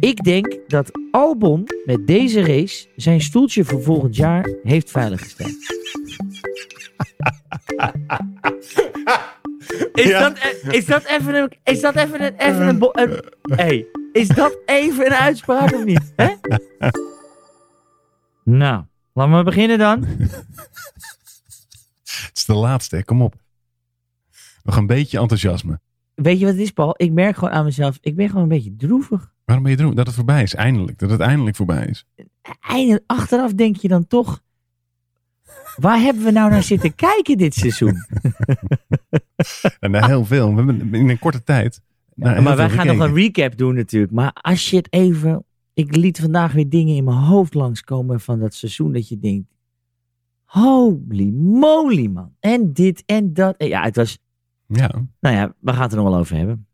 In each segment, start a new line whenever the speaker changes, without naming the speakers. Ik denk dat Albon met deze race zijn stoeltje voor volgend jaar heeft veiliggesteld. Is,
Ja.
dat, e- is dat even een. Is dat even een. Even een, bo- een- hey, is dat even een uitspraak of niet? Hè? Nou, laten we beginnen dan.
Het is de laatste, hè. kom op. Nog een beetje enthousiasme.
Weet je wat het is, Paul? Ik merk gewoon aan mezelf. Ik ben gewoon een beetje droevig.
Waarom ben je droom? Dat het voorbij is, eindelijk. Dat het eindelijk voorbij is.
Eindelijk, achteraf denk je dan toch. Waar hebben we nou naar zitten kijken dit seizoen?
En na heel veel, we hebben in een korte tijd. naar Nou, heel
maar wij
veel
gaan nog
gekeken.
een recap doen natuurlijk. Maar als je het even... Ik liet vandaag weer dingen in mijn hoofd langskomen van dat seizoen dat je denkt... Holy moly, man. En dit en dat. En ja, het was...
Ja,
Nou ja, we gaan het er nog wel over hebben.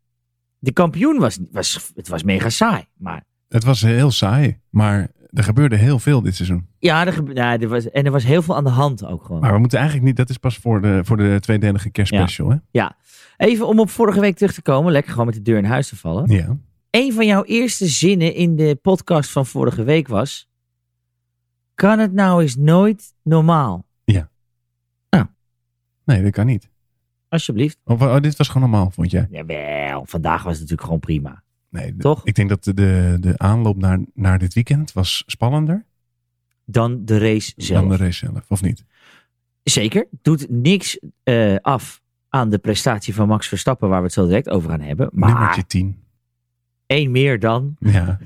De kampioen was, was... Het was mega saai, maar...
het was heel saai, maar er gebeurde heel veel dit seizoen.
Ja, er, gebe- ja, er was, en er was heel veel aan de hand ook gewoon.
Maar we moeten eigenlijk niet, dat is pas voor de, voor de tweedelige kerstspecial, hè?
Even om op vorige week terug te komen. Lekker gewoon met de deur in huis te vallen.
Ja.
een van jouw eerste zinnen in de podcast van vorige week was: Kan het nou eens nooit normaal?
Nee, dat kan niet.
Alsjeblieft.
Of, oh, dit was gewoon normaal, vond jij?
Jawel, vandaag was het natuurlijk gewoon prima.
Nee, de-
Toch?
Ik denk dat de, de, de aanloop naar, naar dit weekend was spannender
Dan de race zelf.
dan de race zelf, of niet?
Zeker, doet niks eh, af aan de prestatie van Max Verstappen, waar we het zo direct over gaan hebben. Maar
Nummertje 10.
één meer dan.
Ja.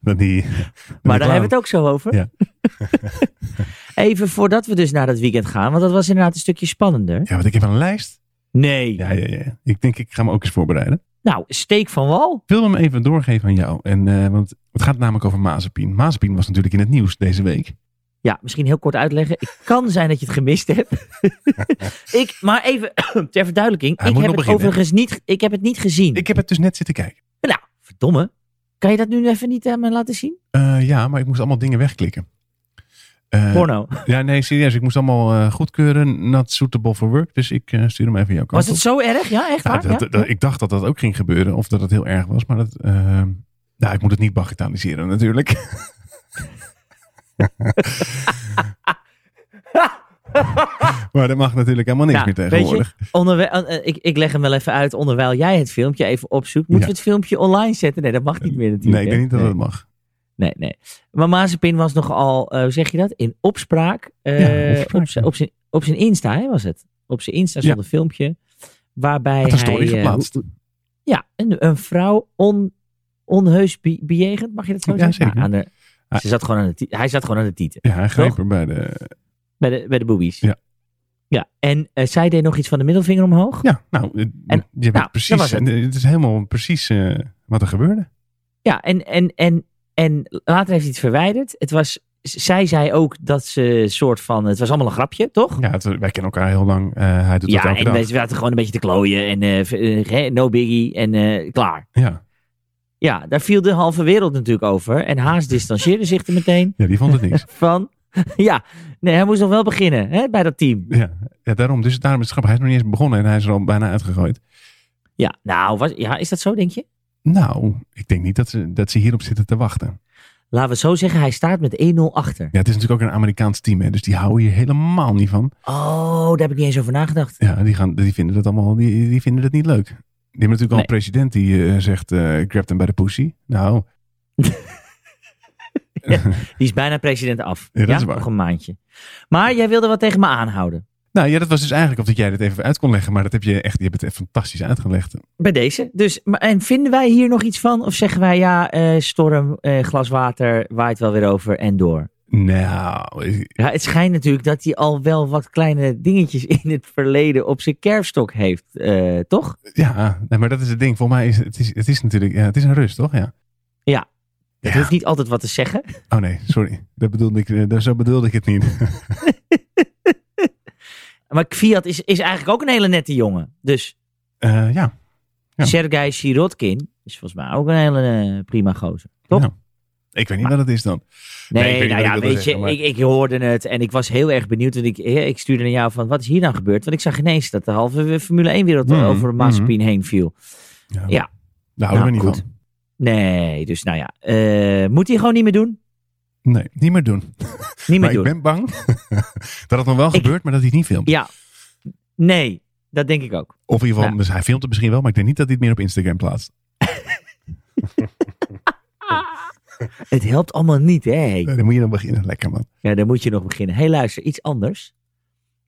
dan die.
Maar daar hebben we het ook zo over.
Ja.
Even voordat we dus naar dat weekend gaan, want dat was inderdaad een stukje spannender.
Ja, want ik heb een lijst.
Nee.
Ja, ja, ja. Ik denk, ik ga me ook eens voorbereiden.
Nou, steek van wal.
Ik wil hem even doorgeven aan jou. En, eh, want het gaat namelijk over Mazepin. Mazepin was natuurlijk in het nieuws deze week.
Ja, misschien heel kort uitleggen. Het kan zijn dat je het gemist hebt. ik, maar even ter verduidelijking.
Hij
ik
moet
heb het
nog beginnen.
overigens niet, ik heb het niet gezien.
Ik heb het dus net zitten kijken.
Nou, verdomme. Kan je dat nu even niet aan me laten zien?
Eh, ja, maar ik moest allemaal dingen wegklikken. Eh,
Porno.
ja, nee, serieus. Ik moest allemaal eh, goedkeuren. Not suitable for work. Dus ik eh, stuur hem even jouw kant
Was
op.
het zo erg? Ja, echt
Nou,
waar?
dat-
Ja?
dat- ik dacht dat dat ook ging gebeuren. Of dat het heel erg was. Maar dat, eh, nou, ik moet het niet bagatelliseren natuurlijk. maar dat mag natuurlijk helemaal niks
Nou,
meer
weet je,
tegenwoordig.
onderwe- eh, eh, ik, ik leg hem wel even uit onderwijl jij het filmpje even opzoekt. Moeten
Ja. Eh,
we het filmpje online zetten? Nee, dat mag niet meer natuurlijk.
nee, ik
hè?
denk niet dat
nee.
dat mag.
Nee, nee. Maar Mazepin was nogal, eh, hoe zeg je dat? In opspraak. eh,
Ja, opspraak,
op, zijn,
ja.
op, zijn, op zijn Insta hè, was het. Op zijn Insta stond een filmpje. Waarbij
Had een story
hij, eh,
geplaatst.
hoe- ja, een, een vrouw on, onheus be- bejegend. Mag je dat zo
Ja,
zeggen?
zeker.
Nou, aan de,
Ah.
ze zat gewoon aan de, ti- hij zat gewoon aan de tieten.
Ja, hij greep
Toch?
er bij de...
Bij de, bij de boobies.
Ja.
Ja, en eh, zij deed nog iets van de middelvinger omhoog.
Ja, nou, eh,
En-
je weet
nou,
precies,
dat was het.
eh, het is helemaal precies eh, wat er gebeurde.
Ja, en, en, en, en later heeft hij het verwijderd. Het was, z- zij zei ook dat ze soort van, het was allemaal een grapje, toch?
Ja, het- wij kennen elkaar heel lang. Eh, hij doet dat
Ja,
elke
en
dag.
wij zaten gewoon een beetje te klooien en eh, v- eh, hè, no biggie en eh, klaar.
Ja.
Ja, daar viel de halve wereld natuurlijk over. En Haas distanceerde zich er meteen
ja, die vond het niks.
van. Ja, nee, hij moest nog wel beginnen hè, bij dat team.
ja. ja, daarom. Dus daarom is het grappig. Hij is nog niet eens begonnen en hij is er al bijna uitgegooid.
Ja, nou, was, ja, is dat zo, denk je?
Nou, ik denk niet dat ze, dat ze hierop zitten te wachten.
Laten we het zo zeggen, hij staat met 1-0 achter.
Ja, het is natuurlijk ook een Amerikaans team, hè, dus die houden hier helemaal niet van.
Oh, daar heb ik niet eens over nagedacht.
Ja, die, gaan, die vinden dat allemaal die, die vinden dat niet leuk. Die hebben natuurlijk al
Nee.
een president die eh, zegt, eh, ik grab hem bij de pussy. Nou,
Die is bijna president af.
Ja, dat is waar.
Nog een maandje. Maar jij wilde wat tegen me aanhouden.
nou ja, dat was dus eigenlijk of dat jij dit even uit kon leggen, maar dat heb je echt, je hebt het echt fantastisch uitgelegd.
Bij deze. Dus, maar, en vinden wij hier nog iets van? Of zeggen wij ja, eh, storm, eh, glas water, waait wel weer over en door?
Nou, eh,
Ja, het schijnt natuurlijk dat hij al wel wat kleine dingetjes in het verleden op zijn kerfstok heeft, eh, toch?
ja, nee, maar dat is het ding. Voor mij is het, is, het is natuurlijk, ja, het is een rust, toch? Ja.
Ja. Dat
Ja.
hoeft niet altijd wat te zeggen.
Oh nee, sorry. Dat bedoelde ik, eh, zo bedoelde ik het niet.
Maar Kviat is, is eigenlijk ook een hele nette jongen. Dus
Eh, ja, Ja.
Sergei Sirotkin is volgens mij ook een hele eh, prima gozer. Toch?
Nou, ik weet niet wat het is dan.
Nee,
Nee, ik weet
nou
niet
ja,
wat ik wilde
weet je,
zeggen, maar-
ik, ik hoorde het en ik was heel erg benieuwd. En ik, eh, ik stuurde naar jou van, wat is hier nou gebeurd? Want ik zag ineens dat de halve Formule 1-wereld
Mhm,
over Mazepin heen viel. Ja.
Daar houden we
Nou,
niet
goed.
van.
Nee, dus nou ja. eh, moet hij gewoon niet meer doen?
Nee, niet meer doen.
Niet meer
maar
doen.
ik ben bang dat het nog wel gebeurt, maar dat hij het niet filmt.
Ja. Nee, dat denk ik ook.
Of in ieder geval,
Ja.
dus hij filmt het misschien wel, maar ik denk niet dat hij het meer op Instagram plaatst.
Het helpt allemaal niet, hè? Henk?
Nee, dan moet je dan beginnen. Lekker man.
Ja, dan moet je nog beginnen. Hé, hey, luister, iets anders.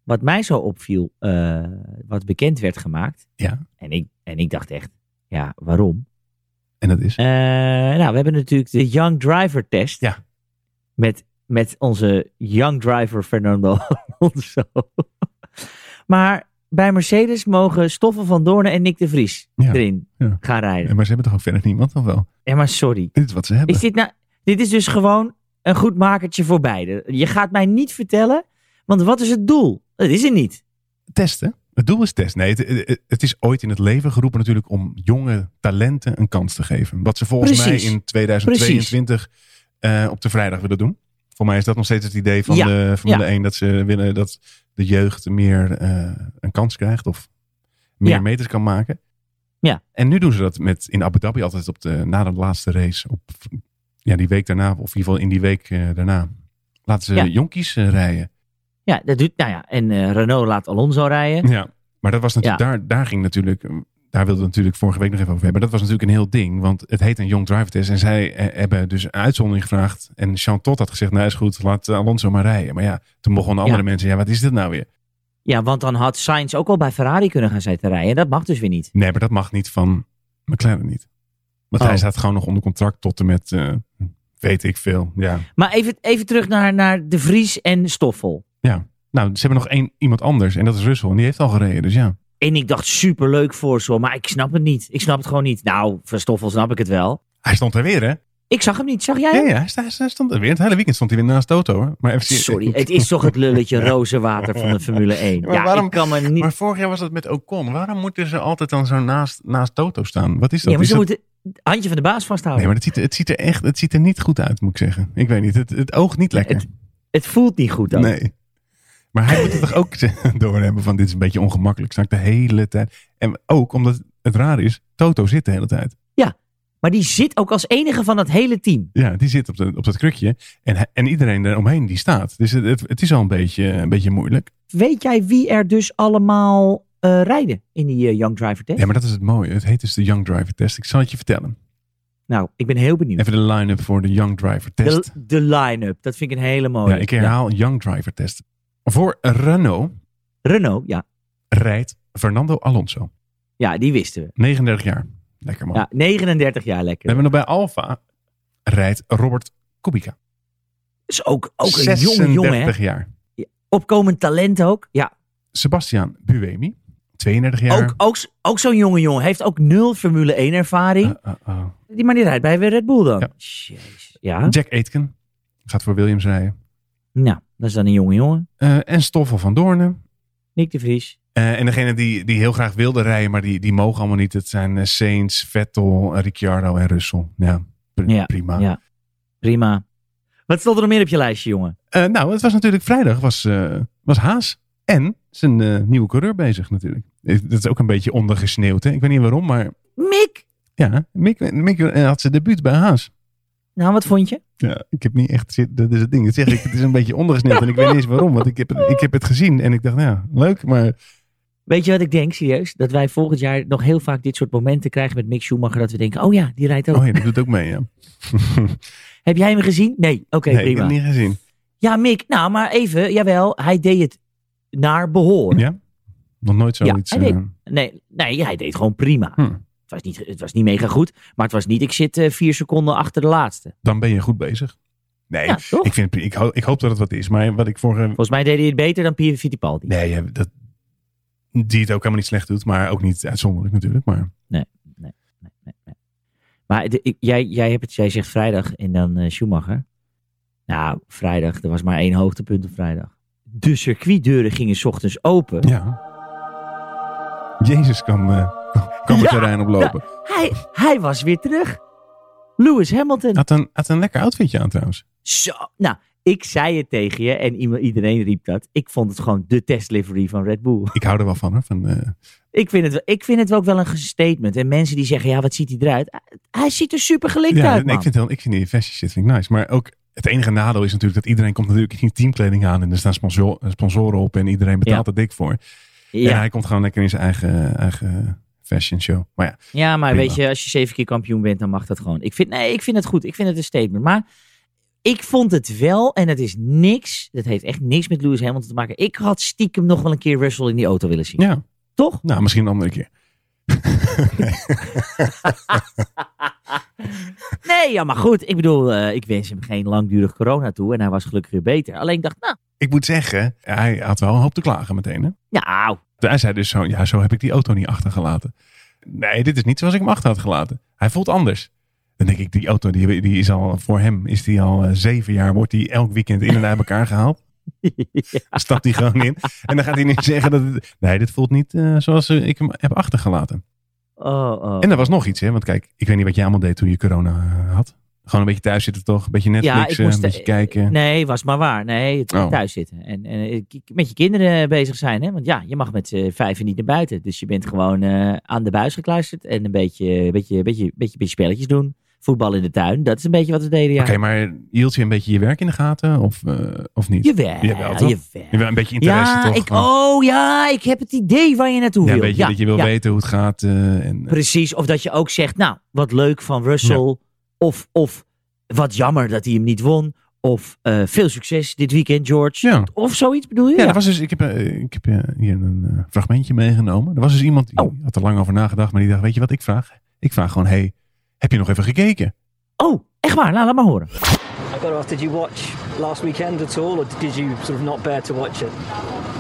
Wat mij zo opviel, eh, wat bekend werd gemaakt.
Ja.
En ik, en ik dacht echt, ja, waarom?
En dat is.
Eh, nou, we hebben natuurlijk de Young Driver test.
Ja.
Met, met onze Young Driver Fernando Alonso. maar bij Mercedes mogen Stoffel van Doornen en Nick de Vries
Ja.
erin
Ja.
gaan rijden.
Maar ze hebben toch ook verder niemand, of wel?
Ja, maar sorry.
Dit is wat ze hebben.
Is dit, nou, dit is dus gewoon een goed makertje voor beide. Je gaat mij niet vertellen, want wat is het doel? Dat is er niet.
Testen. Het doel is test. Nee, het, het- het is ooit in het leven geroepen natuurlijk om jonge talenten een kans te geven. Wat ze volgens
Precies.
mij in 2022 eh, op de vrijdag willen doen. Voor mij is dat nog steeds het idee van
Ja.
de
Ja.
Formule 1. Dat ze willen dat de jeugd meer eh, een kans krijgt of meer
Ja.
meters kan maken.
Ja.
En nu doen ze dat met in Abu Dhabi altijd op de, na de laatste race. Op, ja, die week daarna, of in ieder geval in die week eh, daarna. Laten ze
Ja.
jonkies eh, rijden.
Ja, dat doet, nou ja, en eh, Renault laat Alonso rijden.
Ja, maar dat was natuurlijk, daar, daar ging natuurlijk, ehm, daar wilden we natuurlijk vorige week nog even over hebben. Dat was natuurlijk een heel ding, want het heet een Young Driver Test. En zij eh, hebben dus een uitzondering gevraagd. En Jean Todt had gezegd, nou is goed, laat eh, Alonso maar rijden. Maar ja, toen begonnen andere mensen, ja wat is dit nou weer?
Ja, want dan had Sainz ook al bij Ferrari kunnen gaan zitten rijden. Dat mag dus weer niet.
Nee, maar dat mag niet van McLaren niet. Want
Oh.
hij staat gewoon nog onder contract tot en met, eh, weet ik veel, ja.
Maar even, even terug naar, naar De Vries en Stoffel.
Nou, ze hebben nog één, iemand anders en dat is Russell. En die heeft al gereden, dus ja.
En ik dacht, superleuk voor zo, maar ik snap het niet. Ik snap het gewoon niet. Nou, van Stoffel snap ik het wel.
Hij stond er weer, hè?
Ik zag hem niet, zag jij
Ja,
hem?
ja, hij sta- hij stond, er weer. Het hele weekend stond hij weer naast Toto, hoor. Maar even,
Sorry, het is toch het lulletje rozenwater van de Formule 1.
maar
Ja,
waarom-
ik kan me niet...
Maar vorig jaar was dat met Ocon. Waarom moeten ze altijd dan zo naast, naast Toto staan? Wat is dat?
Ja, maar
Is
ze
dat-
moeten het handje van de baas vasthouden.
Nee, maar het ziet, er- het ziet er echt het ziet er niet goed uit, moet ik zeggen. Ik weet niet. Het, het oogt niet lekker.
Het voelt niet goed dan.
nee. Maar hij moet het toch ook doorhebben van dit is een beetje ongemakkelijk. Sta ik de hele tijd. En ook omdat het raar is, Toto zit de hele tijd.
Maar die zit ook als enige van dat hele team.
Ja, die zit op, de, op dat krukje. En, hij- en iedereen eromheen die staat. Dus het, het, het is al een beetje, een beetje moeilijk.
Weet jij wie er dus allemaal eh, rijden in die eh, Young Driver Test?
Ja, maar dat is het mooie. Het heet dus de Young Driver Test. Ik zal het je vertellen.
Nou, ik ben heel benieuwd.
Even de line-up voor de Young Driver Test.
De, de line-up, dat vind ik een hele mooie.
Ja, Nou, ik herhaal Young Driver Test. Voor Renault
Renault, ja.
rijdt Fernando Alonso.
Ja, die wisten we.
39 jaar. Lekker man.
Ja, 39 jaar
We
lekker.
hebben nog bij Alfa rijdt Robert Kubica.
is ook, ook een jonge jongen, hè?
36 jaar.
Opkomend talent ook. Ja,
Sebastian Buemi. 32 jaar.
ook, ook, z- ook zo'n jonge jongen. Heeft ook nul Formule 1 ervaring.
Uh, uh, uh.
Die maar die rijdt bij Red Bull dan.
Ja.
Jezus. Ja,
Jack Aitken. Gaat voor Williams rijden.
nou, dat is dan een jonge jongen.
Eh, en Stoffel van Doornen.
Nick de Vries.
Eh, en degene die, die heel graag wilde rijden, maar die, die mogen allemaal niet. Het zijn eh, Sainz, Vettel, eh, Ricciardo en Russell. Ja, pr-
Ja,
prima.
ja. Prima. Wat stond er nog meer op je lijstje, jongen?
Eh, nou, het was natuurlijk vrijdag, was, eh, was Haas en zijn eh, nieuwe coureur bezig natuurlijk. Eh, Dat is ook een beetje ondergesneeuwd, hè? Ik weet niet waarom, maar
Mick!
ja, Mick, Mick eh, had zijn debuut bij Haas.
Nou, wat vond je?
Ja, ik heb niet echt, zit- dat is het ding. Dat zeg ik, het is een beetje ondergesneeuwd en ik weet niet eens waarom, want ik heb, het- ik heb het gezien en ik dacht, nou, ja, leuk, maar
Weet je wat ik denk, serieus? Dat wij volgend jaar nog heel vaak dit soort momenten krijgen met Mick Schumacher. Dat we denken, oh ja, die rijdt ook.
oh ja, dat doet ook mee, ja.
Heb jij hem gezien? Nee, oké,
nee, ik heb
prima.
het niet gezien.
Ja, Mick, nou, maar even, jawel, hij deed het naar behoor.
Ja? Nog nooit zoiets.
hij deed-
eh,
Nee, nee, hij deed gewoon prima.
Hm.
Het, was niet, het was niet mega goed, maar het was niet, ik zit eh, vier seconden achter de laatste.
dan ben je goed bezig. Nee,
Ja, toch?
ik, vind, het pri- ik, ho- ik hoop dat het wat is, maar wat ik vorige
Volgens mij deed hij het beter dan Pierre Fittipaldi.
Nee, ja, dat, die het ook helemaal niet slecht doet, maar ook niet uitzonderlijk natuurlijk. Maar
Nee, nee, nee. Maar de- ik- jij, jij, hebt het, jij zegt vrijdag en dan eh, Schumacher. Nou, vrijdag, er was maar één hoogtepunt op vrijdag. De circuitdeuren gingen 's ochtends open.
ja. Jezus kan, eh, kan het
Ja,
terrein oplopen.
Hij, hij was weer terug. Lewis Hamilton.
Had een, had een lekker outfitje aan trouwens.
Zo. Nou, ik zei het tegen je en iemand- iedereen riep dat. Ik vond het gewoon de test livery van Red Bull.
Ik hou er wel van, hè, van eh,
Ik vind, het, wel- ik vind het ook wel een statement. En mensen die zeggen, ja, wat ziet hij eruit? Hij ziet er super gelinkt
ja,
uit,
nee,
man.
ik vind, wel, ik vind die fashion shit vind ik nice. Maar ook het enige nadeel is natuurlijk dat iedereen komt natuurlijk in teamkleding aan. En er staan sponsor, sponsoren op en iedereen betaalt er dik voor. Ja. En
ja,
hij komt gewoon lekker in zijn eigen, eigen fashion show. Maar ja,
ja, maar
prima.
weet je, als je zeven keer kampioen bent, dan mag dat gewoon. Ik vind, nee, ik vind het goed. Ik vind het een statement. Maar ik vond het wel, en het is niks, dat heeft echt niks met Lewis Hamilton te maken. Ik had stiekem nog wel een keer Russell in die auto willen zien.
ja
Toch?
nou, misschien een andere keer.
Nee, ja, maar goed. Ik bedoel, eh, ik wens hem geen langdurig corona toe. En hij was gelukkig weer beter. Alleen ik dacht, nou,
Ik moet zeggen, hij had wel een hoop te klagen meteen. Hè?
nou,
Hij zei dus zo, ja, zo heb ik die auto niet achtergelaten. Nee, dit is niet zoals ik hem achter had gelaten. Hij voelt anders. Dan denk ik, die auto die, die is al voor hem, is die al eh, zeven jaar, wordt die elk weekend in en uit elkaar gehaald. Stapt hij gewoon in. En dan gaat hij niet zeggen dat het, nee, dit voelt niet eh, zoals eh, ik hem heb achtergelaten.
oh, oh.
En er was nog iets, hè? Want kijk, ik weet niet wat jij allemaal deed toen je corona eh, had. Gewoon een beetje thuis zitten toch? Een beetje
Ja,
Netflix, eh,
ik moest- eh,
een beetje kijken.
Nee, was maar waar. Nee, het-
Oh.
thuis zitten. En, en eh, k- met je kinderen bezig zijn. Hè? Want ja, je mag met z'n vijven niet naar buiten. Dus je bent gewoon eh, aan de buis gekluisterd. En een beetje, eh, beetje, beetje, beetje, beetje spelletjes doen. Voetbal in de tuin. Dat is een beetje wat we deden, ja.
Oké, maar hield je een beetje je werk in de gaten of, eh, of niet?
Jawel,
Jawel, toch?
jawel.
Je wel een beetje interesse
Ja,
toch?
ik,
Gewoon-
oh ja, ik heb het idee waar je naartoe
ja, een
wil.
beetje dat je wil
ja.
weten hoe het gaat. eh, en,
Precies, of dat je ook zegt, nou, wat leuk van Russell. Of, of wat jammer dat hij hem niet won. Of eh, veel succes dit weekend, George.
Ja.
Of zoiets bedoel je?
ja,
Ja.
er was dus, ik heb, eh, ik heb eh, hier een eh, fragmentje meegenomen. Er was dus iemand die
Oh.
had er lang over nagedacht, maar die dacht: Weet je wat ik vraag? Ik vraag gewoon: Hey, heb je nog even gekeken?
Oh, echt waar? Nou, laat maar horen.
I got to ask, did you watch last weekend at all, or did you sort of not bear to watch it?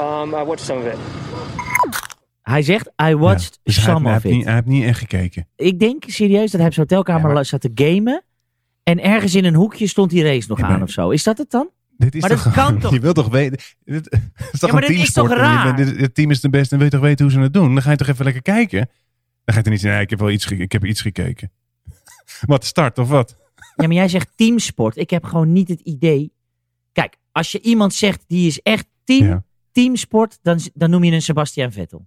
Um, I watched some of it.
Hij zegt, I
Ja.
watched
Dus hij, heeft-
some
hij,
of
heeft
it.
niet, hij heeft niet echt gekeken.
Ik denk serieus dat hij op zijn hotelkamer
Ja, maar-
zat te gamen. En ergens in een hoekje stond die race nog
Ja,
aan
maar-
of zo. Is dat het dan?
Dit is
Maar
toch
dat kan
gewoon-
toch?
Je wilt toch weten. Dit, het is toch
maar
een
dit is toch
teamsport. en je
raar?
bent- dit- Het team is de beste en wil je toch weten hoe ze het doen? Dan ga je toch even lekker kijken. Dan ga je er niet zeggen: Nee, ik heb wel iets, ge- ik heb iets gekeken. wat, start of wat?
Ja, maar jij zegt teamsport. Ik heb gewoon niet het idee. Kijk, als je iemand zegt die is echt team,
Ja.
teamsport, dan, dan noem je een Sebastian Vettel.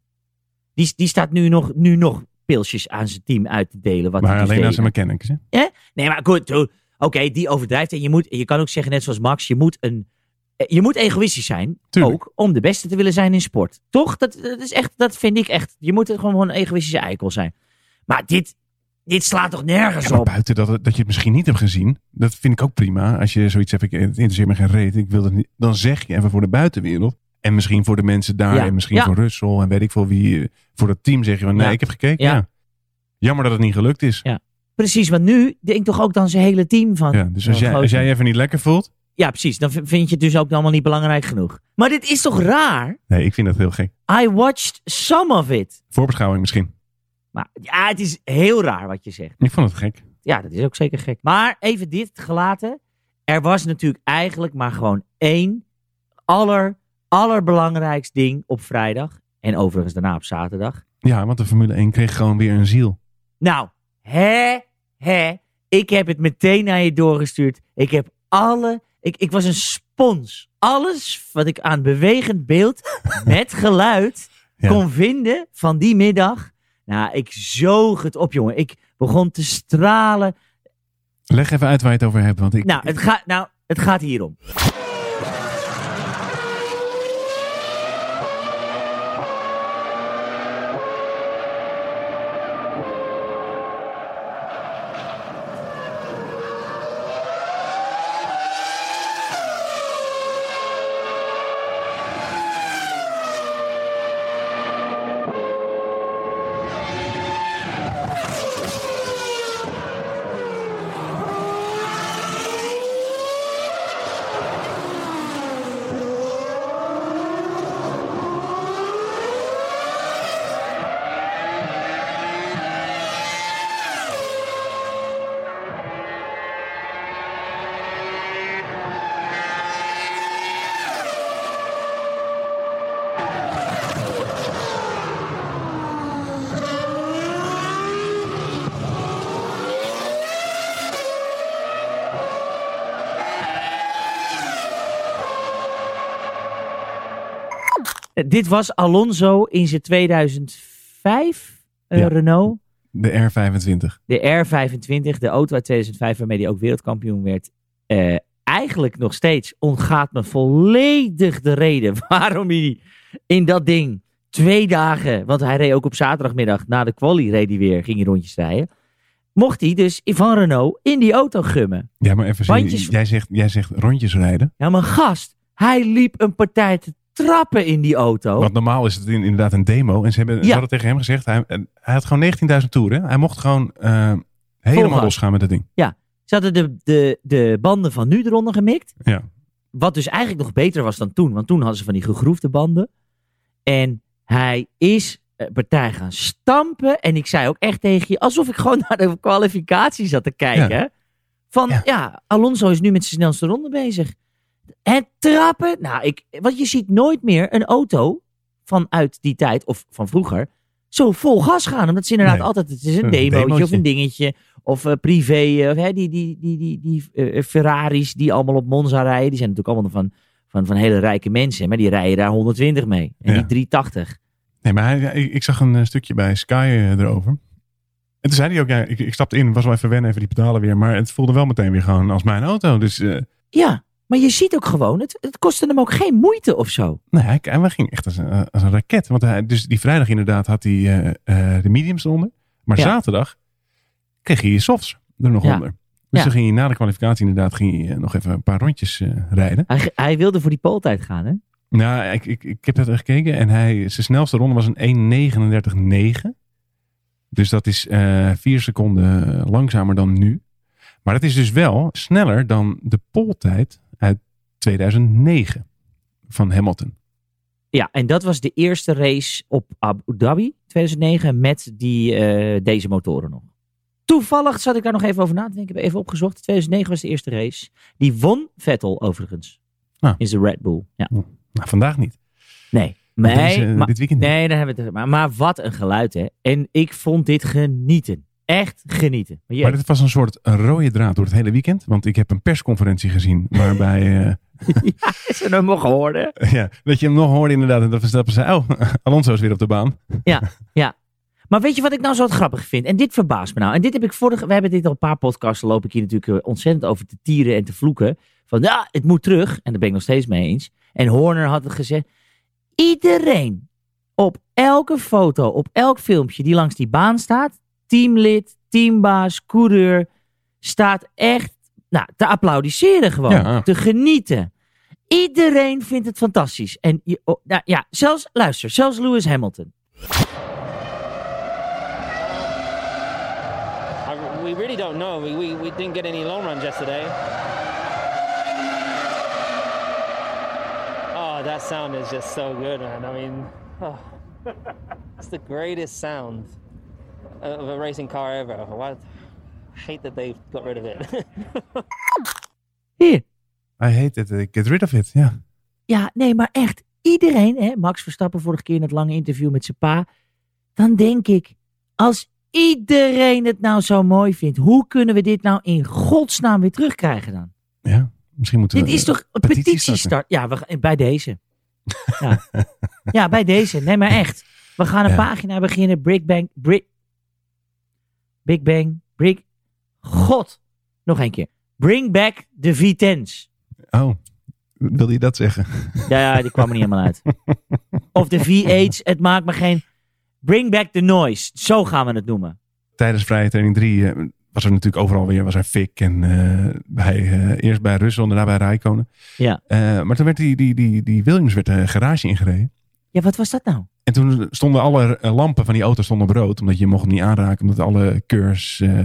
Die, die staat nu nog, nu nog pilsjes aan zijn team uit te delen. Wat
Maar
hij dus
alleen
deed.
als ze mechanics. Hè?
Nee, maar goed. doe. Oké, die overdrijft. En je, moet, je kan ook zeggen, net zoals Max, je moet, een, eh, je moet egoïstisch zijn.
Tuurlijk.
Ook om de beste te willen zijn in sport. Toch? Dat, dat, is echt, dat vind ik echt. Je moet gewoon een egoïstische eikel zijn. Maar dit, dit slaat toch nergens
Ja, maar
op?
buiten dat, het- dat je het misschien niet hebt gezien, dat vind ik ook prima. Als je zoiets hebt, ik, het interesseert me geen reet, ik wil dat niet, dan zeg je even voor de buitenwereld. En misschien voor de mensen daar,
Ja.
en misschien
Ja.
voor Russell, en weet ik voor wie, eh, voor dat team zeg je van, nee,
Ja.
ik heb gekeken. Ja.
Ja.
Jammer dat het niet gelukt is.
Ja. Precies, want nu denkt toch ook dan zijn hele team van...
Ja, dus als
van
jij, als
gozer.
jij je even niet lekker voelt,
Ja, precies. Dan v- vind je het dus ook allemaal niet belangrijk genoeg. Maar dit is toch raar?
nee, ik vind dat heel gek.
I watched some of it.
Voorbeschouwing misschien.
Maar ja, het is heel raar wat je zegt.
Ik vond het gek.
Ja, dat is ook zeker gek. Maar even dit gelaten. Er was natuurlijk eigenlijk maar gewoon één aller, allerbelangrijkst ding op vrijdag. En overigens daarna op zaterdag.
Ja, want de Formule 1 kreeg gewoon weer een ziel.
Nou, hè, hè. Ik heb het meteen naar je doorgestuurd. Ik heb alle. Ik, ik was een spons. Alles wat ik aan bewegend beeld met geluid
Ja.
kon vinden van die middag. Nou, ik zoog het op, jongen. Ik begon te stralen.
Leg even uit waar je het over hebt, want ik...
Nou, het, gaat nou, het gaat hierom. Eh, Dit was Alonso in zijn 2005 2005, eh,
Ja.
Renault.
De R25.
De R25, de auto uit 2005 waarmee hij ook wereldkampioen werd. Eh, eigenlijk nog steeds ontgaat me volledig de reden waarom hij in dat ding twee dagen... Want hij reed ook op zaterdagmiddag na de quali reed hij weer, ging hij rondjes rijden. Mocht hij dus van Renault in die auto gummen.
Ja, maar even serieus.
Bandjes-
Jij zegt, jij zegt rondjes rijden.
Ja, maar gast, hij liep een partij te trappen in die auto.
Want normaal is het in- inderdaad een demo. En ze, hebben, ze
Oh. Ja.
hadden tegen hem gezegd, hij, hij had gewoon 19.000 toeren. Hij mocht gewoon eh, helemaal
gas.
losgaan met dat ding.
Ze hadden de, de, de banden van nu eronder gemikt.
Ja.
Wat dus eigenlijk nog beter was dan toen. Want toen hadden ze van die gegroefde banden. En hij is eh, partij gaan stampen. En ik zei ook echt tegen je, alsof ik gewoon naar de kwalificatie zat te kijken. hè. Van ja.
Ja.
Alonso is nu met zijn snelste ronde bezig. En trappen. Nou, ik, want je ziet nooit meer een auto vanuit die tijd of van vroeger zo vol gas gaan. Omdat ze inderdaad
Nee.
altijd, het is een
Een
demootje of
demootje.
een dingetje. Of eh, privé, eh, of, hè, die, die, die, die, die eh, Ferraris die allemaal op Monza rijden. Die zijn natuurlijk allemaal van, van, van hele rijke mensen. Maar die rijden daar 120 mee. En
Ja.
die 380.
Nee, maar hij- ik, ik zag een eh, stukje bij Sky eh, erover. En toen zei hij ook, ja, ik, ik stapte in, was wel even wennen, even die pedalen weer. Maar het voelde wel meteen weer gewoon als mijn auto. Dus eh,
Ja, maar je ziet ook gewoon, het, het kostte hem ook geen moeite of zo.
nee, hij, hij ging echt als een, eh, als een raket. Want hij, dus die vrijdag inderdaad had hij eh, eh, de mediums eronder. Maar
Ja.
zaterdag kreeg hij je softs er nog
Ja.
onder. Dus
Ja.
dan ging hij na de kwalificatie inderdaad ging hij, eh, nog even een paar rondjes eh, rijden.
Hij, hij wilde voor die pooltijd gaan, hè?
Nou, ik, ik, ik heb dat echt gekeken en hij, zijn snelste ronde was een 1.39.9. Dus dat is eh, vier seconden eh, langzamer dan nu. Maar dat is dus wel sneller dan de poltijd uit 2009 van Hamilton.
Ja, en dat was de eerste race op Abu Dhabi 2009 met die, eh, deze motoren nog. Toevallig zat ik daar nog even over na te denken. Ik heb even opgezocht. 2009 was de eerste race. Die won Vettel overigens.
Ah.
Is de Red Bull. Ja.
Nou, vandaag niet.
Nee. Nee,
Deze-
maar,
eh, dit weekend niet.
nee, daar hebben we het maar, maar wat een geluid, hè. En ik vond dit genieten. Echt genieten. Maar je-
Maar dit was een soort rode draad door het hele weekend. Want ik heb een persconferentie gezien waarbij... eh,
ja, is er nog maar gehoord, hè?
ja, dat je hem nog hoorde inderdaad. En dat Verstappen zei, oh, Alonso is weer op de baan.
Maar weet je wat ik nou zo wat grappig vind? En dit verbaast me nou. En dit heb ik vorige... We hebben dit al een paar podcasts. Loop ik hier natuurlijk eh, ontzettend over te tieren en te vloeken. Van ja, het moet terug. En daar ben ik nog steeds mee eens. En Horner had het gezegd. Iedereen op elke foto, op elk filmpje die langs die baan staat. Teamlid, teambaas, coureur. Staat echt nou, te applaudisseren gewoon.
Ja.
Te genieten. Iedereen vindt het fantastisch. En je- oh, nou, ja, zelfs, luister, zelfs Lewis Hamilton.
I, we really don't know. We, we, we didn't get any long runs yesterday. Oh, that sound is just so good, man. I mean, oh, it's the greatest sound of a racing car ever. What? I hate that they got rid of it.
Hier.
I hate it, eh, get rid of it. Ja.
Ja, nee, maar echt. Iedereen, hè, Max Verstappen vorige keer in het lange interview met zijn pa. Dan denk ik, als iedereen het nou zo mooi vindt, hoe kunnen we dit nou in godsnaam weer terugkrijgen dan?
ja, misschien moeten
dit
we...
is toch een
petitie
petitie start?
starten.
Ja, we, gaan- bij deze. Ja. ja, bij deze. Nee, maar echt. We gaan een
Ja.
pagina beginnen. Brick Bang. Brick. Big Bang. Brick. God. Nog één keer. Bring back the V10's.
Oh, wilde je dat zeggen?
Ja, ja, die kwam er niet helemaal uit. Of de V8's, het maakt me geen... Bring back the noise, zo gaan we het noemen.
Tijdens vrije training 3 eh, was er natuurlijk overal weer was er fik. En, eh, bij, eh, eerst bij Russell en daarna bij Rijkonen. Eh,
Ja.
maar toen werd die, die, die, die Williams werd de garage ingereden.
Ja, wat was dat nou?
En toen stonden alle eh, lampen van die auto stonden op rood. Omdat je mocht niet aanraken. Omdat alle keurs, eh,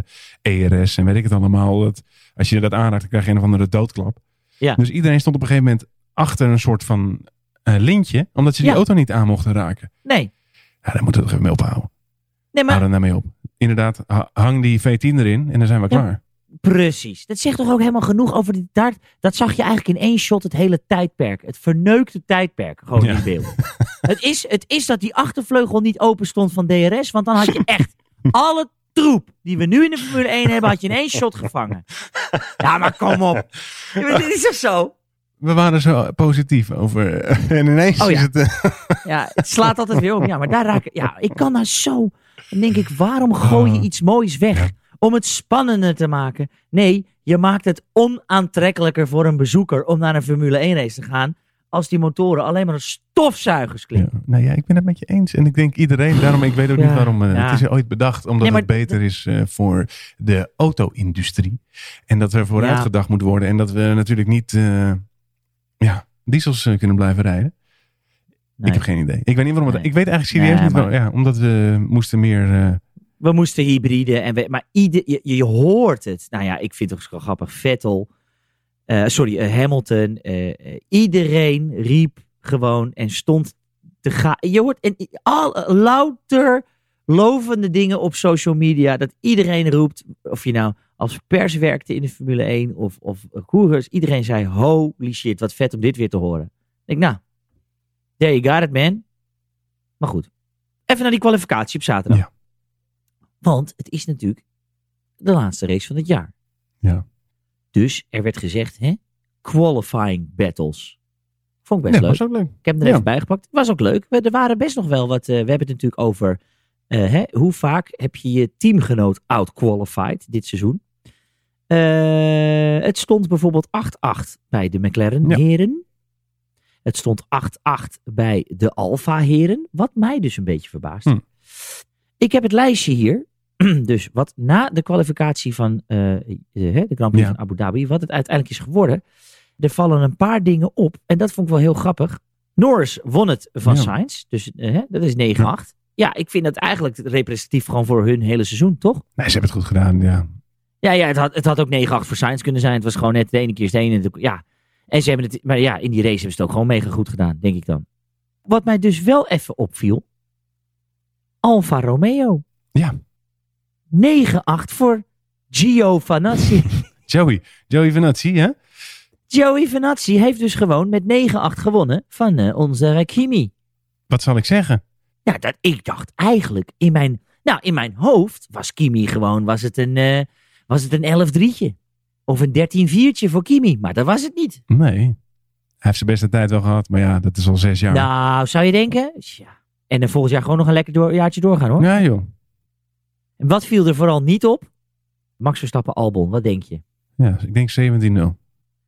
ERS en weet ik het allemaal. Dat, als je dat aanraakt, dan krijg je een of andere doodklap.
Ja.
Dus iedereen stond op een gegeven moment achter een soort van eh, lintje. Omdat ze die
Ja.
auto niet aan mochten raken.
Nee,
Ja, daar moeten we toch even mee ophouden.
nee, maar
Hou er nou mee op. Inderdaad, ha- hang die V10 erin en dan zijn we
Ja.
klaar.
precies. Dat zegt toch ook helemaal genoeg over die taart? Dat zag je eigenlijk in één shot het hele tijdperk. Het verneukte tijdperk, gewoon
Ja.
in beeld. het, is, het is dat die achtervleugel niet open stond van DRS, want dan had je echt alle troep die we nu in de Formule 1 hebben, had je in één shot gevangen. Ja, maar kom op. Ja, maar Dit is toch zo?
we waren zo positief over. En ineens
Oh ja.
is het... eh,
Ja, het slaat altijd weer op. Ja, maar daar raak ik. Ja, ik kan daar zo. Dan denk ik, waarom gooi je iets moois weg? Om het spannender te maken. Nee, je maakt het onaantrekkelijker voor een bezoeker om naar een Formule 1 race te gaan. Als die motoren alleen maar als stofzuigers
ja.
klinken.
Nou ja, ik ben het met je eens. En ik denk iedereen, daarom, ik weet ook
Ja.
niet waarom. eh,
Ja.
Het is ooit bedacht omdat
Nee, maar
het beter is eh, voor de auto-industrie. En dat er vooruit
Ja.
gedacht moet worden. En dat we natuurlijk niet eh, ja, diesels eh, kunnen blijven rijden.
Nee.
Ik heb geen idee. Ik weet niet waarom. Het,
Nee.
Ik weet eigenlijk serieus
Nee,
niet
maar-
waarom. Ja, omdat we moesten meer... eh,
We moesten hybride. En we, maar ieder, je, je hoort het. Nou ja, ik vind het ook zo grappig. Vettel. eh, sorry, eh, Hamilton. eh, eh, iedereen riep gewoon en stond te gaan. Je hoort en, i- al, eh, louter lovende dingen op social media. Dat iedereen roept. Of je nou als pers werkte in de Formule 1 of, of eh, coureurs. Iedereen zei, holy shit, wat vet om dit weer te horen. Ik denk, nou, there you got it, man. Maar goed. Even naar die kwalificatie op zaterdag.
Ja.
Want het is natuurlijk de laatste race van het jaar.
Ja.
Dus er werd gezegd, hè, qualifying battles. Vond ik
nee,
best leuk.
dat was ook leuk.
Ik heb hem er
Ja.
even bij gepakt. Was ook leuk. We, er waren best nog wel wat. eh, we hebben het natuurlijk over eh, hè, hoe vaak heb je je teamgenoot out-qualified dit seizoen. Eh, het stond bijvoorbeeld 8-8 bij de
Ja.
McLaren-heren. Het stond 8-8 bij de Alfa-heren. Wat mij dus een beetje verbaast.
Hm.
Ik heb het lijstje hier. dus wat na de kwalificatie van eh, eh, hè, de Grand Prix
Ja.
van Abu Dhabi, wat het uiteindelijk is geworden. Er vallen een paar dingen op. En dat vond ik wel heel grappig. Norris won het van
Ja.
Sainz. Dus eh, hè, dat is 9-8. Ja. ik vind dat eigenlijk representatief gewoon voor hun hele seizoen, toch?
Nee, ze hebben het goed gedaan, ja.
Ja, ja het, had, het had ook 9-8 voor Sainz kunnen zijn. Het was gewoon net de ene keer is de ene. de- ja. En ze hebben het, maar ja, in die race hebben ze het ook gewoon mega goed gedaan, denk ik dan. Wat mij dus wel even opviel. Alfa Romeo.
Ja.
9-8 voor Gio Vanassi.
Joey, Joey Venazzi, hè?
Joey Vanazzi heeft dus gewoon met 9-8 gewonnen van eh, onze Hakimi.
Wat zal ik zeggen?
Ja, dat, ik dacht eigenlijk in mijn, nou, in mijn hoofd was Kimi gewoon, was het een, eh, was het een 11-3'tje. Of een 13-4'tje voor Kimi, maar dat was het niet.
Nee. Hij heeft zijn beste tijd wel gehad, maar ja, dat is al zes jaar.
Nou, zou je denken? Tja. En dan volgend jaar gewoon nog een lekker door, jaartje doorgaan hoor.
Ja, joh.
En wat viel er vooral niet op? Max Verstappen Albon, wat denk je?
Ja, dus ik denk 17-0.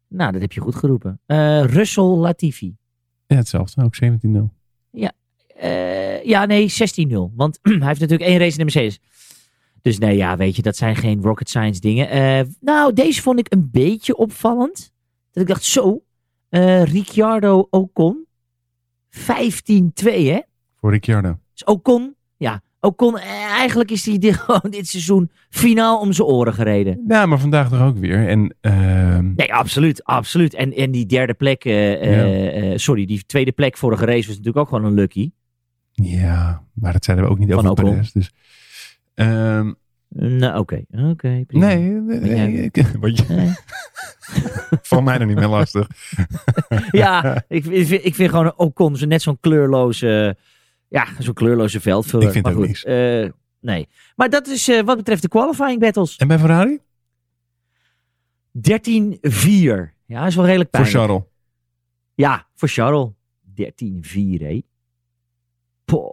Nou, dat heb je goed geroepen. Eh Russell Latifi.
Ja, hetzelfde. Ook 17-0.
Eh, ja, nee, 16-0. Want hij heeft natuurlijk één race in de Mercedes. Dus nee, ja, weet je, dat zijn geen rocket science dingen. Eh, nou, deze vond ik een beetje opvallend. Dat ik dacht, zo, eh, Ricciardo Ocon, 15-2, hè?
Voor Ricciardo.
Dus Ocon, ja, Ocon, eh, eigenlijk is hij dit, gewoon dit seizoen finaal om zijn oren gereden.
Nou, maar vandaag toch ook weer. En ehm,
Nee, absoluut, absoluut. En, en die derde plek, eh, eh, eh, sorry, die tweede plek vorige race was natuurlijk ook gewoon een lucky.
ja, maar dat zeiden we ook niet
Van
over
Ocon.
Perez. Dus, ehm,
Nou, oké, oké. prima.
nee, nee, ik- wat je-
Eh.
valt mij nog niet meer lastig.
Ja, ik, ik, vind, ik vind gewoon Ocon zo net zo'n kleurloze, ja, zo'n kleurloze veldvuller.
Ik vind
maar
ook
goed,
niks.
eh, nee. Maar dat is eh, wat betreft de qualifying battles. 13-4.
En bij Ferrari?
Ja, is wel redelijk
Voor
pijnlijk.
Charles.
Ja, voor Charles. 13-4, hé. Poh.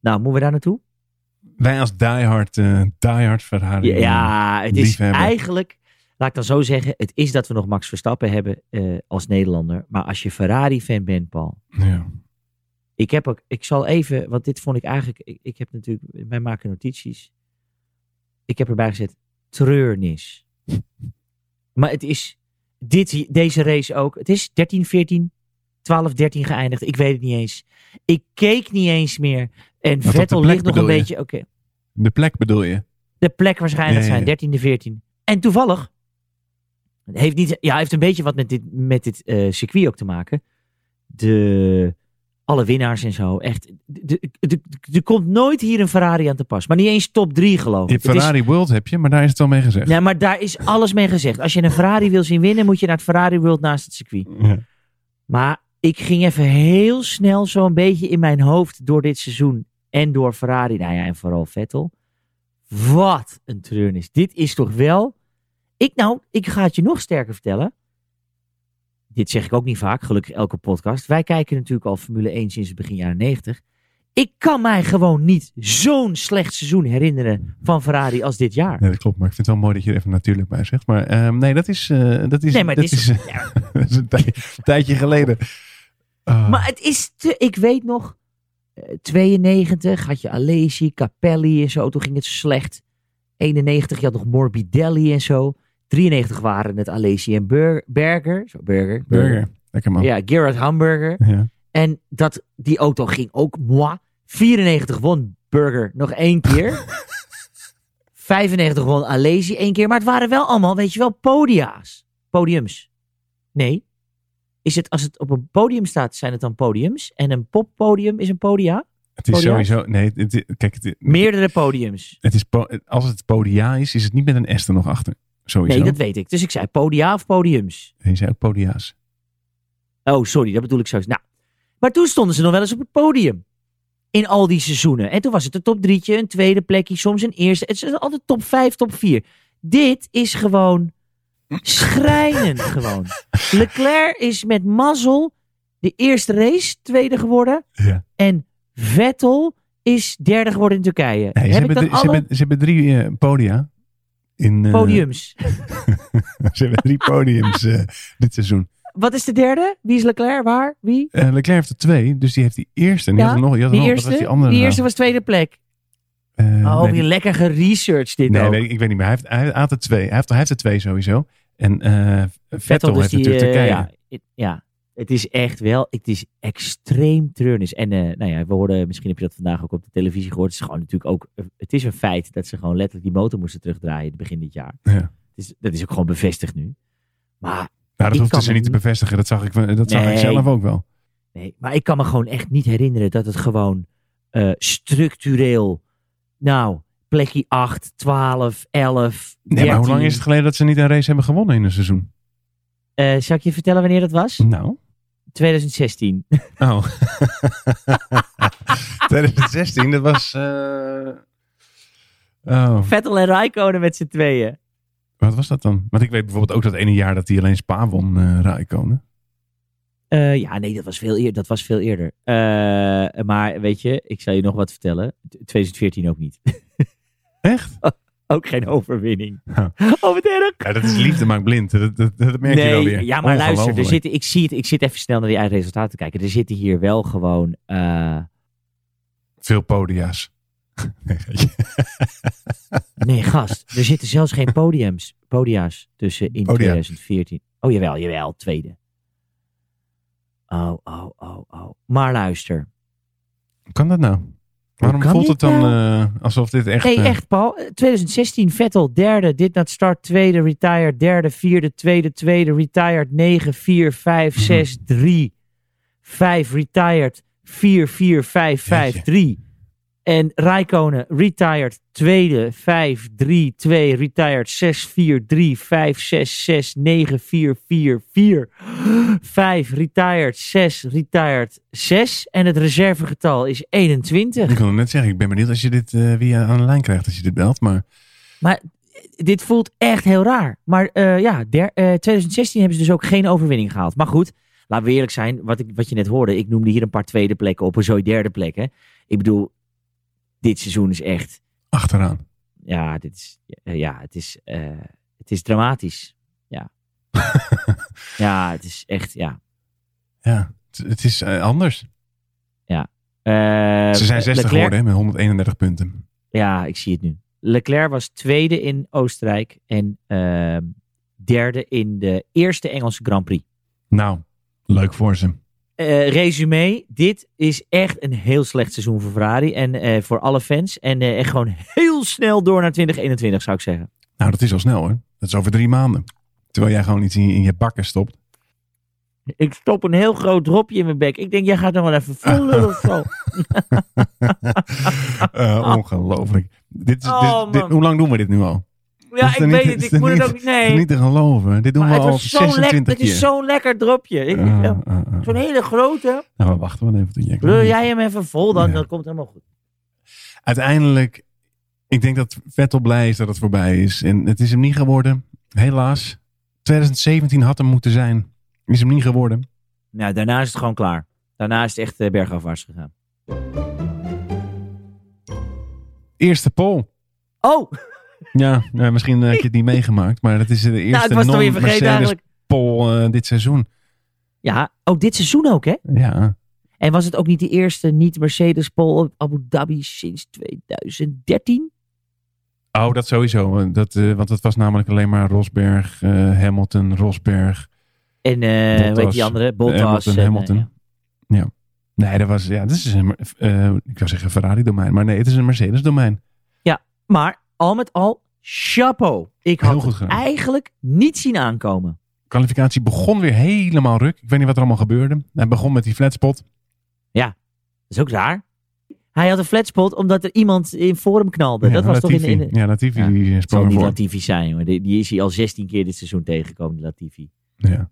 Nou, moeten we daar naartoe?
Wij als diehard, eh diehard Ferrari.
Ja, ja, het is
liefhebber.
eigenlijk, laat ik dan zo zeggen, het is dat we nog Max Verstappen hebben eh, als Nederlander. Maar als je Ferrari-fan bent, Paul,
Ja.
Ik heb ook, ik zal even, want dit vond ik eigenlijk, ik, ik heb natuurlijk, wij maken notities. Ik heb erbij gezet, treurnis. Maar het is, dit, deze race ook, het is 13, 14, 12, 13 geëindigd. Ik weet het niet eens. Ik keek niet eens meer. En
de
Vettel
plek
ligt nog een
bedoel je?
beetje, oké.
De plek bedoel je?
De plek waarschijnlijk
Ja, ja, ja.
zijn, 13e, 14 En toevallig, het heeft, niet, ja, heeft een beetje wat met dit, met dit eh, circuit ook te maken. De, alle winnaars en zo, echt. de- de- de- de- Er komt nooit hier een Ferrari aan te pas. Maar niet eens top 3 geloof
Je
ik.
hebt
Het is-
Ferrari World heb je, maar daar is het al mee gezegd.
nee, maar daar is alles mee gezegd. Als je een Ferrari wil zien winnen, moet je naar het Ferrari World naast het circuit.
Ja.
Maar ik ging even heel snel zo'n beetje in mijn hoofd door dit seizoen. En door Ferrari, nou ja, en vooral Vettel. Wat een treurnis. Dit is toch wel... Ik nou, ik ga het je nog sterker vertellen. dit zeg ik ook niet vaak, gelukkig elke podcast. Wij kijken natuurlijk al Formule 1 sinds het begin jaren 90. Ik kan mij gewoon niet zo'n slecht seizoen herinneren van Ferrari als dit jaar.
Nee, dat klopt. Maar ik vind het wel mooi dat je er even natuurlijk bij zegt. Maar ehm, nee, dat is, eh, dat is,
Nee, maar
dat
het
is,
is-
eh, dat is een tij- tijdje geleden. Ah,
Maar het is te, ik weet nog, eh, 92 had je Alesi, Capelli en zo, toen ging het slecht. 91, je had nog Morbidelli en zo. 93 waren het Alesi en Bur- Berger. Zo, Berger.
burger. Lekker man. Ja.
Ja, Gerard Hamburger.
Ja.
En dat, die auto ging ook moi. 94 won Burger nog één keer. 95 won Alesi één keer. Maar het waren wel allemaal, weet je wel, podia's. Podiums. Nee. Is het, als het op een podium staat, zijn het dan podiums? En een poppodium is een podia?
Het is
Podia?
sowieso... Nee, het, het- kijk, het,
Meerdere podiums.
het is, po- als het podia is, is het niet met een S er nog achter. Sowieso.
Nee, dat weet ik. Dus ik zei podia of podiums.
Je zei ook podia's.
Oh, sorry, dat bedoel ik zo. Nou, maar toen stonden ze nog wel eens op het podium. In al die seizoenen. En toen was het een top drietje, een tweede plekje, soms een eerste. Het is altijd top vijf, top vier. Dit is gewoon schrijnend gewoon. Leclerc is met mazzel de eerste race tweede geworden.
Ja.
En Vettel is derde geworden in Turkije.
Nee, ze,
Heb ik
hebben,
dan
drie- ze,
alle
hebben, ze hebben drie eh, podia. In, eh,
podiums?
ze hebben drie podiums eh, dit seizoen.
Wat is de derde? Wie is Leclerc? Waar? Wie?
Eh, Leclerc heeft er twee, dus die heeft die eerste. En die
Ja,
had er nog, die had er
Die
nog wat was
eerste?
die andere
Die
nou?
eerste was tweede plek.
Eh,
Oh,
nee,
weer lekker geresearched dit
Nee,
ook.
weet ik, ik weet niet meer. Hij heeft, hij had er twee. Hij heeft, hij heeft er twee sowieso. En eh, Vettel, heeft
die,
natuurlijk
eh,
Turkije.
ja, het, ja, het is echt wel, het is extreem treurnis. En eh, nou ja, we hoorden, misschien heb je dat vandaag ook op de televisie gehoord. Het is gewoon natuurlijk ook, eh, het is een feit dat ze gewoon letterlijk die motor moesten terugdraaien het begin dit jaar.
Ja.
Dus dat is ook gewoon bevestigd nu. Maar,
Nou, dat
ik
hoeft
kan
ze
me
niet te
niet-
bevestigen. Dat zag ik, eh, dat zag ik
Nee.
zelf ook wel.
nee, maar ik kan me gewoon echt niet herinneren dat het gewoon eh, structureel, nou, plekje 8, 12, 11, 13.
Nee, maar hoe lang is het geleden dat ze niet een race hebben gewonnen in een seizoen?
Eh, zal ik je vertellen wanneer dat was?
Nou.
2016.
Oh. 2016, dat was... eh, Oh,
Vettel en Raikkonen met z'n tweeën.
wat was dat dan? Want ik weet bijvoorbeeld ook dat ene jaar dat hij alleen Spa won, eh Raikkonen.
Eh, ja, nee, dat was veel eerder. Dat was veel eerder. Eh, maar weet je, ik zal je nog wat vertellen. T- 2014 ook niet.
Echt?
ook geen overwinning.
Oh.
Oh, wat erg.
Ja, dat is liefde maakt blind. Dat, dat, dat merk je wel weer.
Nee, ja, maar luister, er
Ongelooflijk.
zitten, ik, zie het, ik zit even snel naar die eigen resultaten te kijken. Er zitten hier wel gewoon... eh,
Veel podia's. Nee, geitje.
nee, gast. Er zitten zelfs geen podiums, podia's tussen in
Podia.
2014. Oh, jawel, jawel. Tweede. Oh, oh, oh, oh. Maar luister.
Hoe kan dat nou? Waarom
kan
voelt
dit
het dan eh, alsof dit echt...
Nee,
eh,
echt, Paul. Eh, 2016, Vettel, derde. Did not start, tweede. Retired, derde. Vierde, tweede, tweede. Retired, 9, 4, 5,
Mhm.
6, 3. 5, retired, 4, 4, 5, 5,
Jeetje.
3. En Rijkonen, retired, tweede, 5, 3, 2. Retired, 6, 4, 3, 5, 6, 6, 9, 4, 4, 4. 5, retired, 6, retired, 6. En het reservegetal is 21.
Ik wilde net zeggen, ik ben benieuwd als je dit eh, wie je aan de lijn krijgt als je dit belt. Maar
eh, dit voelt echt heel raar. Maar eh, ja, der- eh, 2016 hebben ze dus ook geen overwinning gehaald. Maar goed, laten we eerlijk zijn. Wat, ik, wat je net hoorde, ik noemde hier een paar tweede plekken op. Een zooi derde plekken. Ik bedoel, dit seizoen is echt...
achteraan.
Ja, dit is, eh, ja het, is, eh, het is dramatisch. Ja. ja, het is echt, ja.
Ja, het, het is eh, anders.
Eh,
Ze zijn 60
Leclerc-
geworden hè, met 131 punten.
Ja, ik zie het nu. Leclerc was tweede in Oostenrijk en ehm, derde in de eerste Engelse Grand Prix.
Nou, leuk voor ze.
Eh resume, dit is echt een heel slecht seizoen voor Ferrari en eh, voor alle fans. En eh, echt gewoon heel snel door naar 2021 zou ik zeggen.
Nou, dat is al snel hoor. Dat is over drie maanden. Terwijl jij gewoon iets in, in je bakken stopt.
Ik stop een heel groot dropje in mijn bek. Ik denk, jij gaat nog wel even voelen of zo.
Eh, ongelooflijk. Dit is,
Ah. Oh,
dit, dit-
man.
hoe lang doen we dit nu al? Dat
Ja,
is
ik
er
weet
niet-
het.
is
Ik
er
moet het
niet-
ook... Nee,
Niet te geloven. Dit doen
maar
we
het
al
was zo'n lekker,
26
het is
keer.
zo'n lekker dropje. Ik-
Eh,
ja,
eh, eh.
Zo'n hele grote.
Nou, we wachten wel even tot jij
Wil jij hem even vol, dan,
Ja.
dan komt het helemaal goed.
uiteindelijk, ik denk dat Vettel blij is dat het voorbij is. En het is hem niet geworden, helaas. 2017 had hem moeten zijn. Is hem niet geworden.
Nou, daarna is het gewoon klaar. Daarna is het echt eh, bergafwaarts gegaan.
Eerste pol.
Oh,
Ja, nou, misschien eh, heb je het niet meegemaakt, maar dat is de
nou,
eerste
ik was het alweer vergeten
non-Mercedes
eigenlijk.
pol eh, dit seizoen.
Ja, ook dit seizoen ook, hè?
Ja,
En was het ook niet de eerste niet-Mercedes-Pol op Abu Dhabi sinds 2013?
oh, dat sowieso. eh, Dat, eh, want dat was namelijk alleen maar Rosberg, eh, Hamilton, Rosberg,
En eh hoe heet
Bottas.
die andere? Bottas.
Hamilton,
en, eh,
Hamilton.
ja.
ja. Nee, dat was, ja, dat is een, eh, ik zou zeggen Ferrari-domein, maar nee, het is een Mercedes-domein.
Maar al met al, chapeau. Ik
Heel
had
goed
het
gedaan.
eigenlijk niet zien aankomen.
kwalificatie begon weer helemaal ruk. Ik weet niet wat er allemaal gebeurde. Hij begon met die flatspot.
Dat is ook raar. Hij had een flatspot omdat er iemand in forum knalde. dat was toch in... in
Ja, Latifi
Ja.
die
Het zal
sprong
niet
ervoor.
Latifi zijn, hoor. Die, die is hij al 16 keer dit seizoen tegengekomen, die Latifi.
Ja.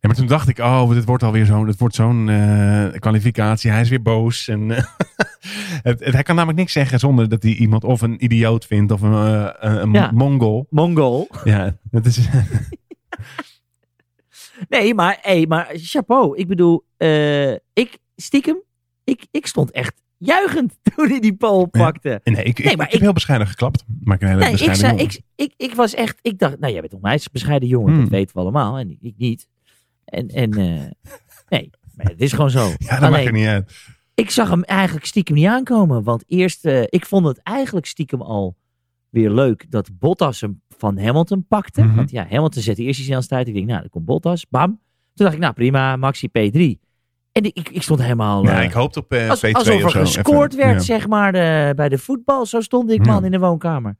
Ja, maar toen dacht ik, oh, dit wordt alweer zo'n dit wordt zo'n eh, kwalificatie. Hij is weer boos. En, eh, het, het- hij kan namelijk niks zeggen zonder dat hij iemand of een idioot vindt of een, eh, een, een
Ja.
mongol.
Mongol.
Ja, dat is,
Nee, maar, hey, maar chapeau. Ik bedoel, eh, ik stiekem, ik, ik stond echt juichend toen hij die pol
Ja.
pakte.
nee, ik, ik,
maar
ik
ik-
heb heel bescheiden geklapt. Maar ik een hele
Nee, ik,
bescheiden
zei,
jongen.
ik, ik, ik was echt, ik dacht, nou jij bent een meisje bescheiden jongen,
Hmm.
dat weten we allemaal. En ik niet. En, en eh, nee, maar het is gewoon zo.
Ja, dat maakt
Alleen,
er niet uit.
ik zag hem eigenlijk stiekem niet aankomen. Want eerst, eh, ik vond het eigenlijk stiekem al weer leuk dat Bottas hem van Hamilton pakte.
Mhm.
Want ja, Hamilton zette eerst die snelheid. Ik denk, nou, dan komt Bottas. Bam. Toen dacht ik, nou prima, Maxi P3. En ik, ik, ik stond helemaal...
Ja,
eh,
ik hoopte op eh,
als-
2-2
alsof er
of zo.
gescoord
Even-
werd,
ja. Mhm.
zeg maar, de- bij de voetbal. Zo stond ik, man,
Ja.
in de woonkamer.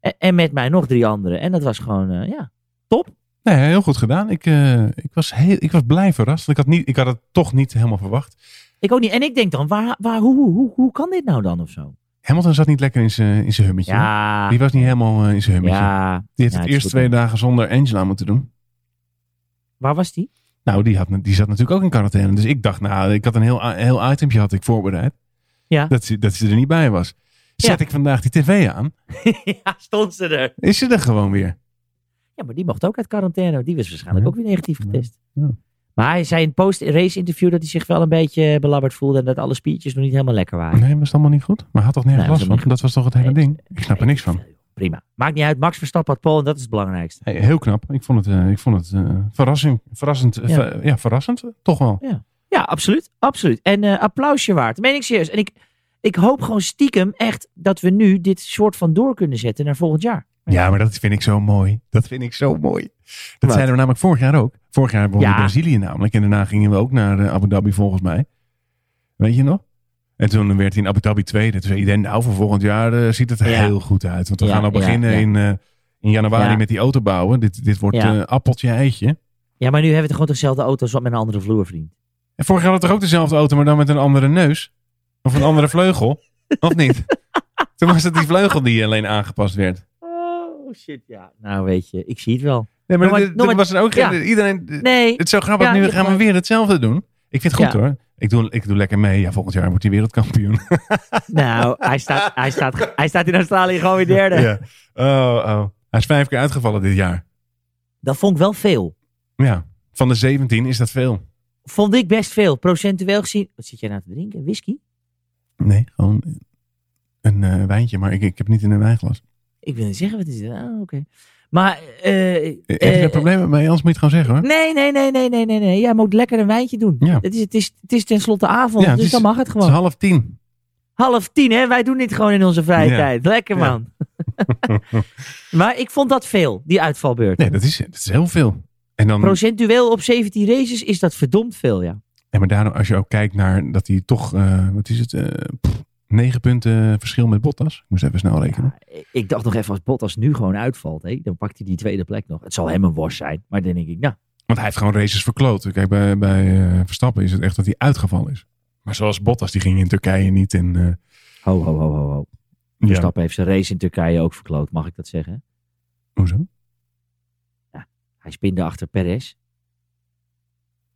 En, en met mij nog drie anderen. En dat was gewoon, eh, ja, top.
Nee, heel goed gedaan. Ik, eh, ik, was, heel, ik was blij verrast. Ik had, niet, ik had het toch niet helemaal verwacht.
Ik ook niet. En ik denk dan, waar, waar, hoe, hoe, hoe, hoe kan dit nou dan of zo?
Hamilton zat niet lekker in zijn in zijn hummetje.
Ja,
Die was niet helemaal eh, in zijn hummetje.
ja.
Die heeft
Ja,
het
is
eerst
goed.
twee dagen zonder Angela moeten doen.
Waar was die?
Nou, die, had, die zat natuurlijk ook in quarantaine. Dus ik dacht, nou, ik had een heel, heel itempje had ik voorbereid.
Ja.
Dat, ze, dat ze er niet bij was. Zet ik vandaag die tv aan,
ja, stond ze er.
is ze er gewoon weer.
Ja, maar die mocht ook uit quarantaine. Die was waarschijnlijk
Ja.
ook weer negatief getest.
Ja.
Maar hij zei in een post-race interview dat hij zich wel een beetje belabberd voelde. En dat alle spiertjes nog niet helemaal lekker waren.
Nee, was het allemaal niet goed? Maar had toch nergens
Nee,
last
was niet
van? Dat was toch het hele
Nee,
ding? Ik snap er niks van.
Prima. Maakt niet uit. Max Verstappen had Paul en dat is het belangrijkste.
Hey, heel knap. Ik vond het, eh, ik vond het eh, verrassing, verrassend. eh,
Ja.
ver- ja, verrassend. Toch wel.
Ja, absoluut. Absoluut. En eh, applausje waard. Dat meen ik serieus. En ik, ik hoop gewoon stiekem echt dat we nu dit soort van door kunnen zetten naar volgend jaar.
Ja, maar dat vind ik zo mooi. Dat vind ik zo mooi. Dat
Wat?
zeiden we namelijk vorig jaar ook. Vorig jaar wonnen we
Ja.
Brazilië namelijk. En daarna gingen we ook naar eh, Abu Dhabi volgens mij. Weet je nog? En toen werd hij in Abu Dhabi tweede. Toen zei iedereen, nou voor volgend jaar eh, ziet het er
Ja.
heel goed uit. Want we
Ja,
gaan al
ja,
beginnen
ja.
In, eh, in januari
Ja.
met die auto bouwen. Dit, dit wordt
Ja.
eh, appeltje eitje.
Ja, maar nu hebben we toch gewoon dezelfde auto's wat met een andere vloer vriend.
En vorig jaar hadden we toch ook dezelfde auto, maar dan met een andere neus? Of een andere vleugel? Of niet? Toen was het die vleugel die alleen aangepast werd.
Oh shit, ja. Nou weet je, ik zie het wel.
Nee, maar,
Nog maar-
dit-
nog
dit
maar-
was er ook geen...
ja.
Iedereen,
Nee.
Het is zo grappig,
Ja,
nu
je
gaan we
hebt
weer hetzelfde doen. Ik vind het goed
Ja.
hoor. Ik doe, ik doe lekker mee. Ja, volgend jaar wordt hij wereldkampioen.
Nou, hij staat, hij, staat, hij staat in Australië gewoon weer derde.
ja. Oh, oh. Hij is vijf keer uitgevallen dit jaar.
Dat vond ik wel veel.
Ja. Van de 17 is dat veel.
Vond ik best veel. Procentueel gezien. Wat zit jij nou te drinken? Whisky?
Nee, gewoon een eh, wijntje. Maar ik, ik heb niet in een wijnglas.
Ik wil niet zeggen, wat is dit? Ah, oké. Maar, eh...
Eh, heb je
eh,
daar problemen mee? Anders moet je het gewoon zeggen hoor.
Nee, nee, nee, nee, nee, nee, nee. Jij moet lekker een wijntje doen.
Ja.
Het, is, het, is, het is tenslotte avond,
Ja, het
dus
is-
dan mag het
Het is
gewoon.
half tien.
Half tien, hè? Wij doen dit gewoon in onze vrije
Ja.
tijd. Lekker,
Ja.
man. maar ik vond dat veel, die uitvalbeurt.
Nee, dat is, dat is heel veel. En dan,
Procentueel op 17 races is dat verdomd veel, ja.
en maar daarom, als je ook kijkt naar dat hij toch, eh, wat is het, eh, pff, negen punten verschil met Bottas. Ik moest even snel rekenen.
Ja, ik dacht nog even, als Bottas nu gewoon uitvalt, hè, dan pakt hij die tweede plek nog. Het zal hem een worst zijn, maar dan denk ik, nou,
Want hij heeft gewoon races verkloot. Kijk, bij, bij eh, Verstappen is het echt dat hij uitgevallen is. Maar zoals Bottas, die ging in Turkije niet in... eh,
ho, ho, ho, ho, ho.
ja.
Verstappen heeft zijn race in Turkije ook verkloot, mag ik dat zeggen?
Hoezo?
Hij spinde achter Perez.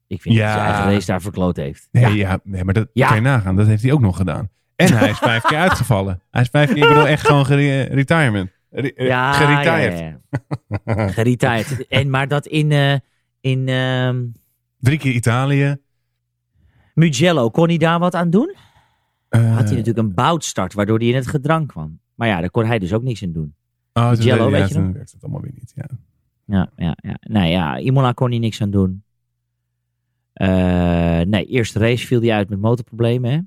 Ik vind dat
Ja.
hij zijn eigen race daar verkloot heeft.
Nee,
Ja.
ja. nee, maar dat
Ja.
kan je nagaan. Dat heeft hij ook nog gedaan. En hij is vijf keer uitgevallen. Hij is vijf keer, ik bedoel, echt gewoon gere- retirement. Re- eh,
Ja,
geretired.
ja, ja. Geretired. En maar dat in, eh, In ehm,
Drie keer Italië.
Mugello, kon hij daar wat aan doen?
Eh,
Had hij natuurlijk een boutstart, waardoor hij in het gedrang kwam. Maar ja, daar kon hij dus ook niks aan doen.
oh, toen
Mugello,
deed- ja,
weet je
toen
nog?
werkt het allemaal weer niet. Ja.
Ja, ja, ja. Nou ja, Imola kon hij niks aan doen. Eh, nee, eerste race viel hij uit met motorproblemen, hè?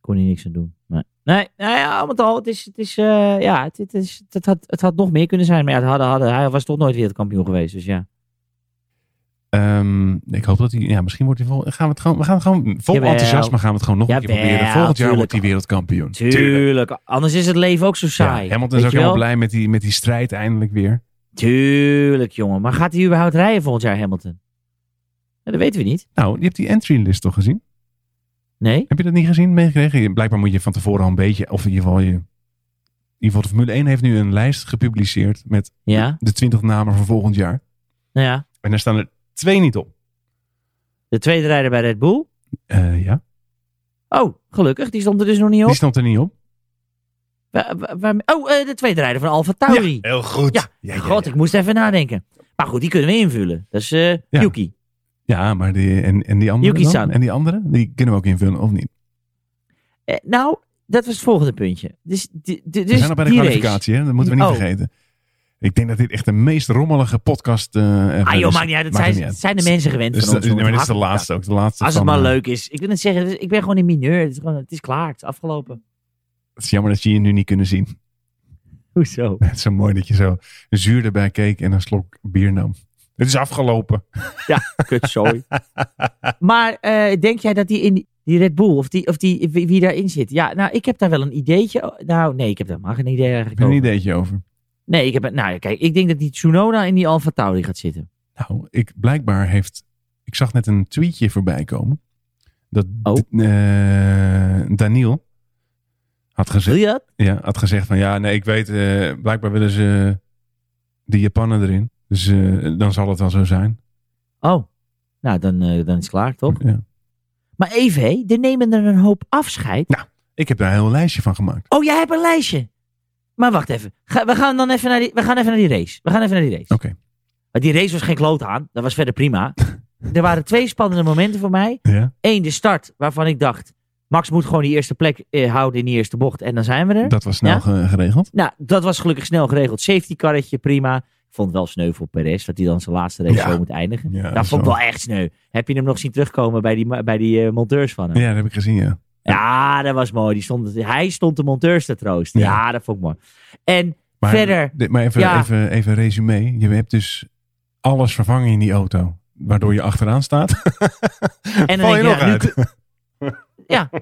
Kon hij niks aan doen. Nee, nee nou ja, al met al, het is, het is, eh, ja, het, het is, het, had, het had nog meer kunnen zijn. Maar ja, het hadden, hadden, hij was toch nooit wereldkampioen geweest, dus ja.
Ehm, ik hoop dat hij. Ja, misschien wordt hij. Vol, gaan we, het gewoon, we gaan het gewoon vol
Jawel.
enthousiasme gaan we het gewoon nog een keer
Jawel,
proberen. Volgend jaar
tuurlijk.
wordt hij wereldkampioen.
Tuurlijk, anders is het leven ook zo saai.
Ja, Hamilton
weet
is
je
ook
wel?
helemaal blij met die, met die strijd eindelijk weer.
Tuurlijk, jongen. Maar gaat hij überhaupt rijden volgend jaar, Hamilton? Ja, dat weten we niet.
Nou, je hebt die entry list toch gezien?
Nee?
Heb je dat niet gezien, meegekregen? Je- Blijkbaar moet je van tevoren al een beetje, of in ieder geval je... In ieder geval de Formule 1 heeft nu een lijst gepubliceerd met
Ja?
de 20 namen voor volgend jaar.
Nou ja,
En daar staan er twee niet op.
de tweede rijder bij Red Bull.
Eh, ja,
Oh, gelukkig. Die stond er dus nog niet op.
die stond er niet op.
Wa- wa- waar- oh, eh, de tweede rijder van Alfa Tauri.
Ja, heel goed.
Ja,
ja,
God, ik moest even nadenken. Maar goed, die kunnen we invullen. Dat is eh,
Ja.
Yuki.
Ja, maar die, en, en die andere
Yuki-san. Dus
dan? En die andere? Die kunnen we ook invullen, of niet?
Eh, nou, dat was het volgende puntje. Dus, di- di-
we
dus
zijn al bij de
die race.
kwalificatie, hè? dat moeten we niet
Oh.
vergeten. Ik denk dat dit echt de meest rommelige podcast eh ever
Ah joh,
is.
maakt niet uit. Dat
Maakt
zijn,
niet uit.
zijn de mensen gewend
Dus
van
dat-
ons. jongens.
maar dit is de
Hak-
laatste ook. De laatste
Als het
van,
maar
eh,
leuk is. Ik wil net zeggen, dus ik ben gewoon in mineur. Het is, gewoon, het is klaar. Het is afgelopen.
Het is jammer dat je je nu niet kunnen zien.
Hoezo?
Het is zo mooi dat je zo zuur erbij keek en een slok bier nam. Het is afgelopen.
Kut, sorry. maar eh, denk jij dat die in die Red Bull of, die, of die, wie, wie daarin zit? Ja, nou, ik heb daar wel een ideetje. o- Nou, nee, ik heb daar maar geen idee
Ik
eigenlijk
heb een
over.
ideetje over.
Nee, ik heb een- Nou, kijk, ik denk dat die Tsunoda in die Alfa Tauri gaat zitten.
Nou, ik, blijkbaar heeft... Ik zag net een tweetje voorbij komen. Dat
Oh.
d- eh, Daniel had
Wil
gezegd,
je dat?
ja, had gezegd van... Ja, nee, ik weet... eh, blijkbaar willen ze de Japanen erin. Dus eh, dan zal het wel zo zijn.
Oh, nou, dan, eh, dan is het klaar, toch?
Ja.
Maar even, hé, er nemen er een hoop afscheid.
Ik heb daar een heel lijstje van gemaakt.
Oh, jij hebt een lijstje. Maar wacht even. Ga- we gaan dan even naar die, we gaan even naar die race. We gaan even naar die race.
Oké.
Want die race was geen kloot aan. Dat was verder prima. er waren twee spannende momenten voor mij.
Ja,
Eén, de start, waarvan ik dacht... Max moet gewoon die eerste plek eh, houden in die eerste bocht. En dan zijn we er.
dat was snel
Ja?
ge- geregeld.
Nou, dat was gelukkig snel geregeld. Safety karretje, prima. Ik vond het wel sneu voor Perez, dat hij dan zijn laatste race
Ja.
zo moet eindigen.
Ja,
dat vond ik
zo.
wel echt sneu. Heb je hem nog zien terugkomen bij die, ma- bij die eh, monteurs van hem?
Ja, dat heb ik gezien, ja.
Ja, dat was mooi. Die stond, hij stond de monteurs te troosten.
Ja.
Ja, dat vond ik mooi. En
Maar,
verder.
dit- maar even,
Ja.
even, even resume. Je hebt dus alles vervangen in die auto. Waardoor je achteraan staat.
En
Val
denk
je nog
je, ja, nu
uit.
Ja.
ja,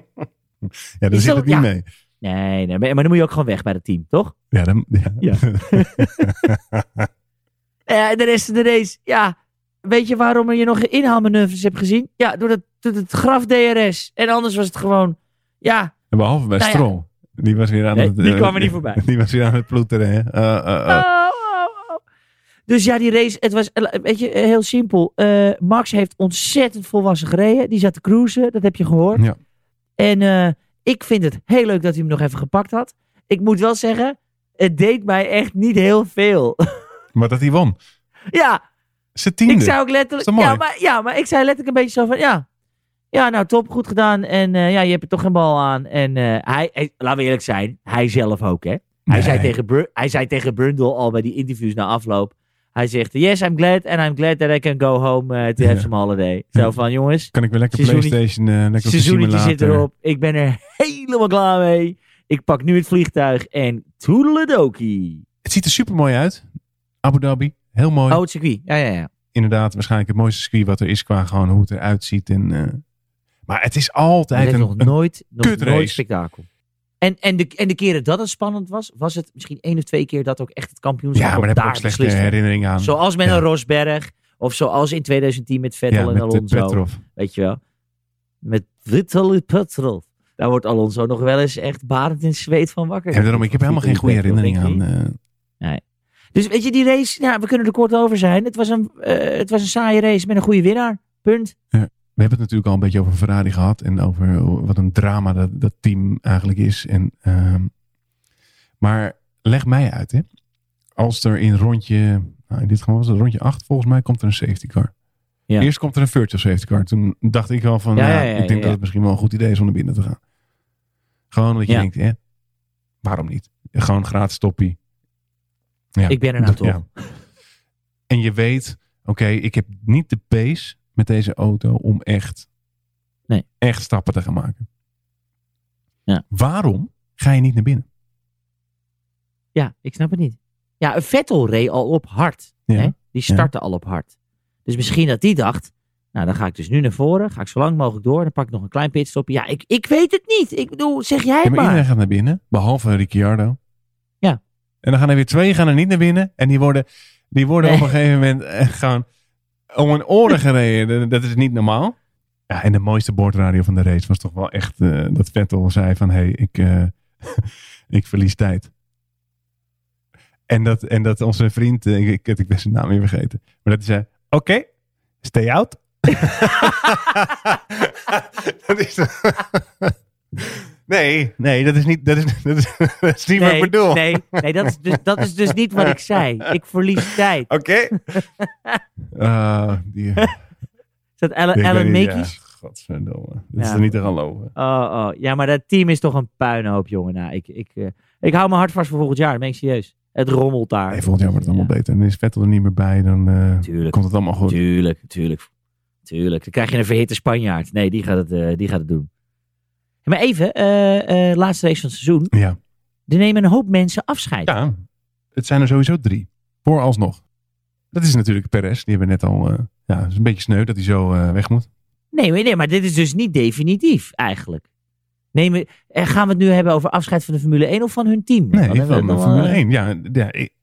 dan
Is
zit
dat-
het niet
ja.
mee.
Nee, nee, maar maar dan moet je ook gewoon weg bij het team, toch?
Ja, dan, ja.
Ja. Eh, de rest van de race, ja. Weet je waarom je nog inhaalmanoeuvres hebt gezien? Ja, door dat, door dat graf DRS. En anders was het gewoon, ja.
En Behalve bij
Nou ja.
Stroll. Die was weer aan
Nee,
het...
die
eh,
kwam er niet voorbij.
Die was weer aan het ploeteren, hè. Eh, eh,
Oh,
eh.
oh, oh. Dus ja, die race, het was, eh, weet je, eh, heel simpel. Eh, Max heeft ontzettend volwassen gereden. Die zat te cruisen, dat heb je gehoord.
Ja.
En eh, ik vind het heel leuk dat hij hem nog even gepakt had. Ik moet wel zeggen, het deed mij echt niet heel veel.
Maar dat hij won.
ja,
Ze tiende.
Ik zei ook
Is
letterlijk.
dat mooi?
Ja maar, ja, maar ik zei letterlijk een beetje zo van ja. Ja, nou top, goed gedaan. En eh, ja, je hebt er toch geen bal aan. En eh, hij, hij- laten we eerlijk zijn, hij zelf ook, hè? Hij,
Nee.
zei tegen Bru- hij zei tegen Brundle al bij die interviews na afloop. Hij zegt, yes, I'm glad. And I'm glad that I can go home eh, to have
Ja.
some holiday.
Ja.
Zo van, jongens,
Kan ik weer lekker
Seizoenie-
Playstation, eh lekker op de
seizoenetje
simulator.
zit erop. Ik ben er helemaal klaar mee. Ik pak nu het vliegtuig en toedeledokie.
Het ziet er super mooi uit. Abu Dhabi. Heel mooi.
Oh, het circuit. Ja, ja, ja.
Inderdaad, waarschijnlijk het mooiste circuit wat er is qua gewoon hoe het eruit ziet. En, eh, maar het is
Er
altijd
is
een,
nog
een
nooit, nog
kutrace.
nooit spektakel. En, en, de, en de keren dat het spannend was, was het misschien één of twee keer dat ook echt het kampioenschap
Ja, maar
ook
daar heb ik ook slechte
beslist werd.
herinneringen aan.
Zoals met
Ja.
een Rosberg, of zoals in 2010 met Vettel
ja,
en
met eh,
Alonso.
Petrov.
Weet je wel? Met Vettel en Petrov. Daar wordt Alonso nog wel eens echt barend in zweet van wakker.
En daarom, ik heb helemaal geen goede herinneringen aan. eh,
Dus weet je, die race, nou, we kunnen er kort over zijn. Het was een, eh, het was een saaie race met een goede winnaar. Punt.
we hebben het natuurlijk al een beetje over Ferrari gehad. En over hoe- wat een drama dat, dat team eigenlijk is. En, ehm, maar leg mij uit, hè. Als er in rondje, nou, in dit geval was het rondje 8. Volgens mij komt er een safety car.
Ja.
Eerst komt er een virtual safety car. Toen dacht ik al van,
Ja,
nou,
ja, ja,
ik denk
ja.
dat het misschien wel een goed idee is om naar binnen te gaan. Gewoon omdat je
Ja.
denkt, hè, waarom niet? Gewoon gratis toppie. Ja.
Ik ben er nou toch.
Ja. En je weet, oké, ik heb niet de pace met deze auto om echt,
Nee.
echt stappen te gaan maken.
Ja.
Waarom ga je niet naar binnen?
Ja, ik snap het niet. Ja, Vettel reed al op hard.
Ja,
Hè? Die startte al op hard. Dus misschien dat die dacht, nou dan ga ik dus nu naar voren. Ga ik zo lang mogelijk door. Dan pak ik nog een klein pitstopje. Ja, ik, ik weet het niet. Ik bedoel, zeg jij
Ja,
het
maar
maar.
iedereen gaat naar binnen, behalve Ricciardo.
Ja.
En dan gaan er weer twee gaan er niet naar binnen. En die worden, die worden
Nee.
op een gegeven moment eh, gewoon om hun oren gereden. Dat is niet normaal. Ja, en de mooiste boordradio van de race was toch wel echt eh, dat Vettel zei van... hey, ik, eh, ik verlies tijd. En dat, en dat onze vriend, eh, ik, ik, ik ben zijn naam weer vergeten. Maar dat hij zei, oké, stay out. dat is... Nee, nee, dat is niet, dat is, dat is, dat is niet wat ik bedoel.
Nee, nee dat, is dus, dat is dus niet wat ik zei. Ik verlies tijd.
Oké. Ah, die-
Is dat Alan,
die-
Alan
die-
Mekies?
Ja, godverdomme. Dat is
Ja.
er niet te gaan lopen.
Oh, oh. Ja, maar dat team is toch een puinhoop, jongen. Nou, ik, ik, eh, ik hou mijn hart vast voor volgend jaar. Dat meen ik serieus. Het rommelt daar.
Nee, volgend jaar wordt het allemaal beter. En is Vettel er niet meer bij, dan eh,
Tuurlijk.
komt het allemaal goed.
Tuurlijk, tuurlijk. Tuurlijk. Dan krijg je een verhitte Spanjaard. Nee, die gaat het, eh, die gaat het doen. Maar even, eh, eh, laatste race van het seizoen.
Ja.
Er nemen een hoop mensen afscheid.
ja, het zijn er sowieso drie. Vooralsnog. Dat is natuurlijk Perez. Die hebben we net al... eh, ja, het is een beetje sneu dat hij zo eh, weg moet.
Nee, maar- nee, maar dit is dus niet definitief eigenlijk. Nemen, eh, gaan we het nu hebben over afscheid van de Formule 1 of van hun team?
Nee,
Dan hebben we
van
het nog
Formule
wel, eh,
1. Ja, ja, ik-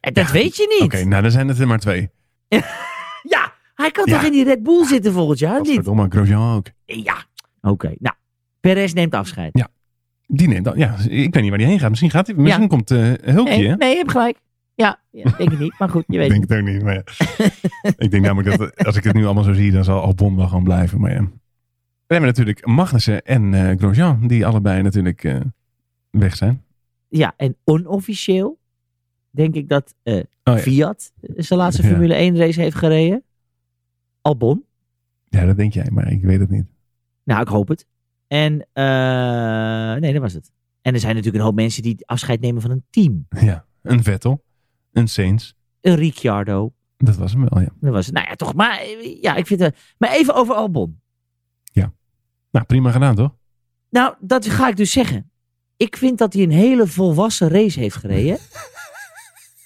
eh, Dat
Ja,
weet je niet.
Oké, nou dan zijn het er maar twee.
Ja, hij kan
Ja.
toch in die Red Bull zitten volgend jaar? Niet? Eh,
Godverdomme, Grosjean ook.
Ja. Oké, nou. Perez neemt afscheid.
Die neemt dan, ja, ik weet niet waar die heen gaat. Misschien, gaat hij, misschien komt eh Hulkje.
Nee,
hè?
nee, je hebt gelijk. Ja, ja, denk ik niet. Maar goed, je weet
Ik
het.
denk het ook niet. Maar ja. ik denk namelijk dat eh, als ik het nu allemaal zo zie, dan zal Albon wel gewoon blijven. Maar ja. We hebben natuurlijk Magnussen en eh, Grosjean, die allebei natuurlijk eh, weg zijn.
Ja, en onofficieel denk ik dat eh,
Oh, ja.
Fiat eh, zijn laatste
Ja.
Formule 1 race heeft gereden. Albon.
ja, dat denk jij, maar ik weet het niet.
Nou, ik hoop het. En eh, nee, dat was het. En er zijn natuurlijk een hoop mensen die afscheid nemen van een team.
Ja, een Vettel, een Sainz,
Een Ricciardo.
dat was hem wel, ja.
Dat was het. Nou ja, toch. Maar, eh, ja, ik vind, het. maar even over Albon.
Nou, prima gedaan, toch?
Nou, dat ga ik dus zeggen. Ik vind dat hij een hele volwassen race heeft gereden.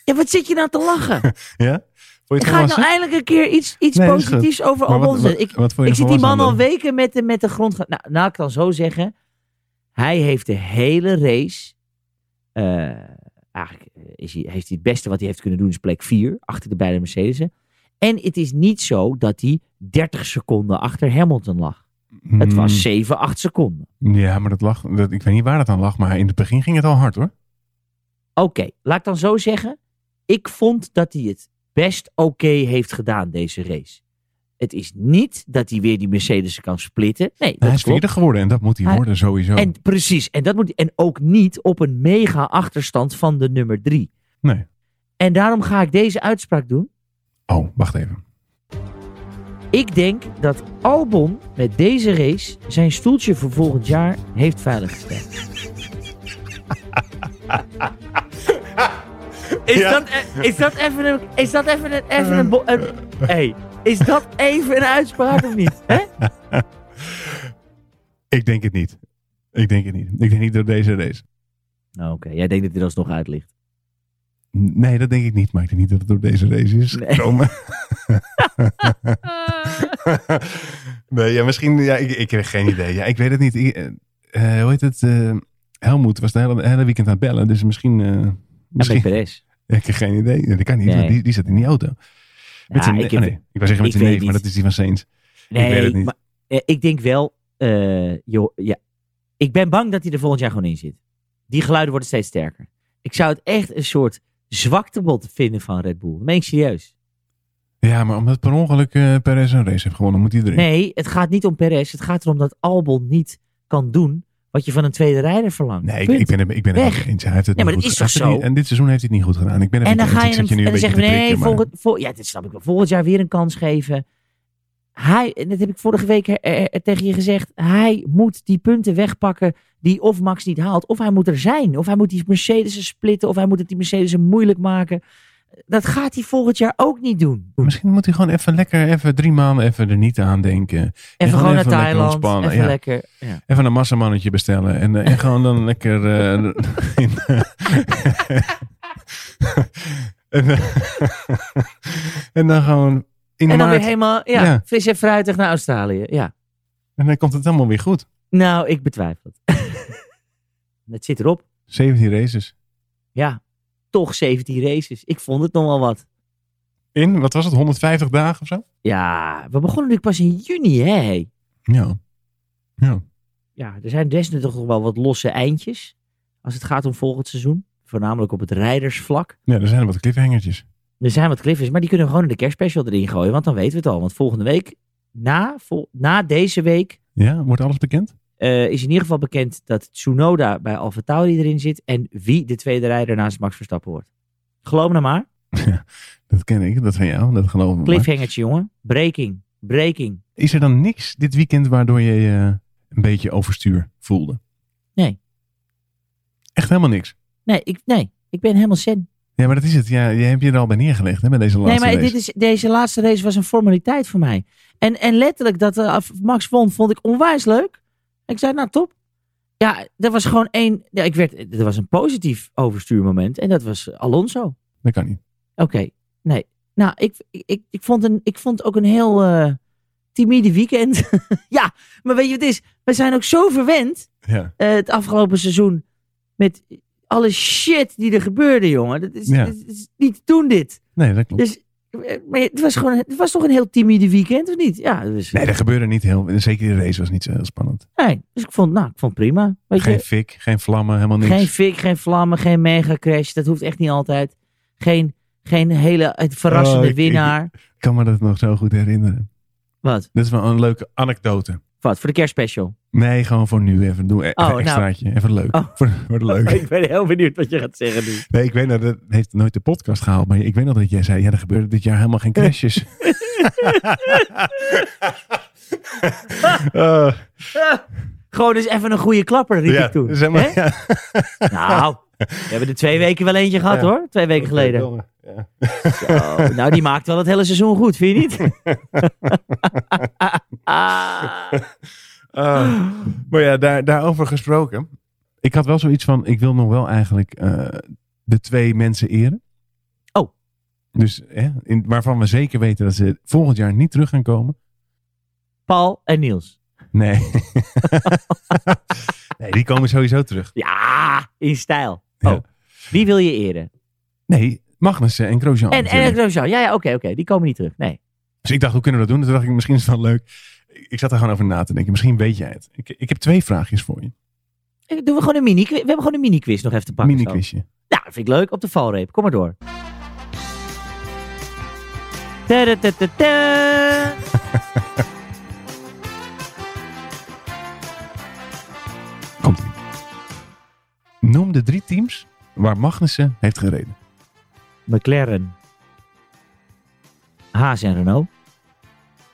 ja, wat zit je nou te lachen?
Ja? Vond je
Ik
het
ga ik
volwassen?
nou eindelijk een keer iets, iets
Nee, dat is
positiefs over
Maar
Albon
wat,
zeggen.
wat,
Ik,
wat vond je
ik
er
zit die
volwassen
man al
aan
weken met de, met de grond. ge- Nou, nou, ik kan zo zeggen. Hij heeft de hele race. eh, eigenlijk eh, is hij, heeft hij het beste wat hij heeft kunnen doen, is plek 4 achter de beide Mercedes'en. En het is niet zo dat hij 30 seconden achter Hamilton lag.
dan?
Het was
Mm,
7, 8 seconden.
Ja, maar dat lag, dat, ik weet niet waar dat aan lag, maar in het begin ging het al hard, hoor.
Oké, laat ik dan zo zeggen. Ik vond dat hij het best oké heeft gedaan, deze race. Het is niet dat hij weer die Mercedes kan splitten. Nee, dat
hij is
klopt.
vierde geworden en dat moet hij
Hij-
worden sowieso.
En precies, en, dat moet, en ook niet op een mega achterstand van de nummer drie.
Nee.
En daarom ga ik deze uitspraak doen.
Oh, wacht even.
Ik denk dat Albon met deze race zijn stoeltje voor volgend jaar heeft veiliggesteld. Is,
Ja.
dat, e- is dat even een. Is dat even een. Even een, bo- een hey, is dat even een uitspraak of niet? Hè?
Ik denk het niet. Ik denk het niet. Ik denk niet door deze race.
Nou, Oké, jij denkt dat dit alsnog uit ligt.
Nee, dat denk ik niet. Maar ik denk niet dat het door deze race is
Nee.
gekomen. nee, ja, misschien... Ja, ik, ik heb geen idee. Ja, ik weet het niet. Ik, eh, eh, hoe heet het? eh, Helmoet was de hele, hele weekend aan het bellen. Dus misschien... eh,
Ja,
misschien
met Perez.
ik heb geen idee. Ja, Dat kan niet.
Nee.
want Die, die zat in die auto. Met
Ja,
zijn,
ik heb-
nee, ik wou zeggen met
ik
zijn
weet
neef, maar
niet.
dat is die van Saints.
Nee,
weet het niet.
Maar, eh, ik denk wel, eh, joh, ja. ik ben bang dat hij er volgend jaar gewoon in zit. Die geluiden worden steeds sterker. Ik zou het echt een soort zwaktebod vinden van Red Bull. Dat meen ik serieus.
Ja, maar omdat per ongeluk eh, Perez een race heeft gewonnen, moet hij erin.
Nee, het gaat niet om Perez. Het gaat erom dat Albon niet kan doen wat je van een tweede rijder verlangt.
Nee, ik,
Punt.
ik ben, hem- ik ben het
Weg.
niet eens. Hij heeft het
Ja,
niet
maar
goed
dat is toch
gedaan.
zo?
En dit seizoen heeft hij het niet goed gedaan. Ik ben het
En
niet
dan
eens.
ga je
Ik
hem
zit je nu
en dan
een beetje
zeggen we
te
nee,
prikken, maar-
volgend, vol- ja, dit snap ik wel. Volgend jaar weer een kans geven. Hij, en dat heb ik vorige week eh, eh, tegen je gezegd. Hij moet die punten wegpakken die of Max niet haalt, of hij moet er zijn, of hij moet die Mercedes splitten, of hij moet het die Mercedes moeilijk maken. Dat gaat hij volgend jaar ook niet doen. Even,
Misschien moet hij gewoon even lekker, even drie maanden even er niet aan denken. gewoon
gewoon naar
even lekker
Thailand,
ontspannen,
even
ja.
lekker. Ja.
Even een massamannetje bestellen. En, eh, en gewoon dan lekker. eh, in, en, eh, en dan gewoon in de
En dan weer
maart.
helemaal ja,
Ja.
fris en fruitig naar Australië. Ja.
En dan komt het allemaal weer goed.
Nou, ik betwijfel het. het zit erop.
17 races.
Ja, toch 17 races. Ik vond het nog wel wat.
In, wat was het, 150 dagen of zo?
Ja, we begonnen natuurlijk pas in juni, hè?
Ja. Ja.
Ja, er zijn desnoods toch wel wat losse eindjes. Als het gaat om volgend seizoen. Voornamelijk op het rijdersvlak.
Ja, er zijn wat cliffhangertjes.
Er zijn wat cliffers, maar die kunnen we gewoon in de kerstspecial erin gooien. Want dan weten we het al. Want volgende week, na, vol- na deze week,
Ja, wordt alles bekend?
eh, is in ieder geval bekend dat Tsunoda bij AlphaTauri erin zit. En wie de tweede rijder naast Max Verstappen wordt. Geloof me nou maar.
Dat ken ik, dat van jou, dat geloof ik. Maar
Cliffhangertje, jongen. Breaking. Breaking.
Is er dan niks dit weekend waardoor je je een beetje overstuur voelde?
Nee.
Echt helemaal niks?
Nee, ik, nee, ik ben helemaal zen.
Ja, maar dat is het. Ja, jij hebt je er al bij neergelegd hè, bij deze laatste
nee, maar
race.
Dit is, deze laatste race was een formaliteit voor mij. En, en letterlijk dat eh, Max won, vond ik onwijs leuk. Ik zei, nou top. Ja, er was gewoon één... Ja, ik werd, er was een positief overstuurmoment. En dat was Alonso. Oké,
Dat kan niet.
nee. Nou, ik, ik, ik, ik vond, een, ik vond ook een heel eh, timide weekend. ja, maar weet je wat het is? We zijn ook zo verwend
Ja.
eh, het afgelopen seizoen... met alle shit die er gebeurde, jongen. Dat is,
Ja.
dat is niet te doen dit.
Nee, dat klopt.
Dus eh, maar het was, gewoon, het was toch een heel timide weekend, of niet? Ja, dus,
Nee, dat gebeurde niet heel... en Zeker de race was niet zo heel spannend.
nee, dus ik vond, nou, ik vond het prima. Weet
Geen
je,
fik, geen vlammen, helemaal niks.
geen fik, geen vlammen, geen mega crash. Dat hoeft echt niet altijd. Geen, geen hele het verrassende
Oh, ik- ik-
winnaar.
Ik kan me dat nog zo goed herinneren.
Wat?
Dat is wel een leuke anekdote.
Wat? Voor de kerstspecial.
Nee, gewoon voor nu even. Doe e- even
Oh,
een
nou.
extraatje. Even leuk.
Oh.
Voor, voor de leuk.
Ik ben heel benieuwd wat je gaat zeggen nu.
Nee, ik weet nou, dat het heeft nooit de podcast gehaald, maar ik weet nog dat jij zei: ja, er gebeurde dit jaar helemaal geen crashes. Eh,
Gewoon eens even een goede klapper, riep
ja,
ik toen.
zeg maar,
Hè?
ja.
Nou, we hebben er twee weken wel eentje gehad
Ja.
hoor. Twee weken geleden.
Ja.
Zo, nou, die maakt wel het hele seizoen goed, vind je niet? Ah.
Ah, maar ja, daar, daarover gesproken. Ik had wel zoiets van, ik wil nog wel eigenlijk eh, de twee mensen eren.
Oh.
Dus hè, in, waarvan we zeker weten dat ze volgend jaar niet terug gaan komen.
Paul en Niels.
Nee. nee, die komen sowieso terug.
Ja, in stijl.
Ja.
Oh, wie wil je eren?
Nee, Magnussen en Grosjean.
En,
natuurlijk.
en Grosjean. Ja, ja, oké, oké. Die komen niet terug. Nee.
Dus ik dacht, hoe kunnen we dat doen? Toen dacht ik, misschien is het wel leuk. Ik zat er gewoon over na te denken. Misschien weet jij het. Ik, ik heb twee vraagjes voor je.
Eh, Doen we gewoon een mini We hebben gewoon een mini-quiz nog even te pakken.
Mini
zo.
quizje.
Nou, dat vind ik leuk. Op de valreep. Kom maar door. Tadadadada.
Komt ie. Noem de drie teams waar Magnussen heeft gereden.
McLaren. Haas en Renault.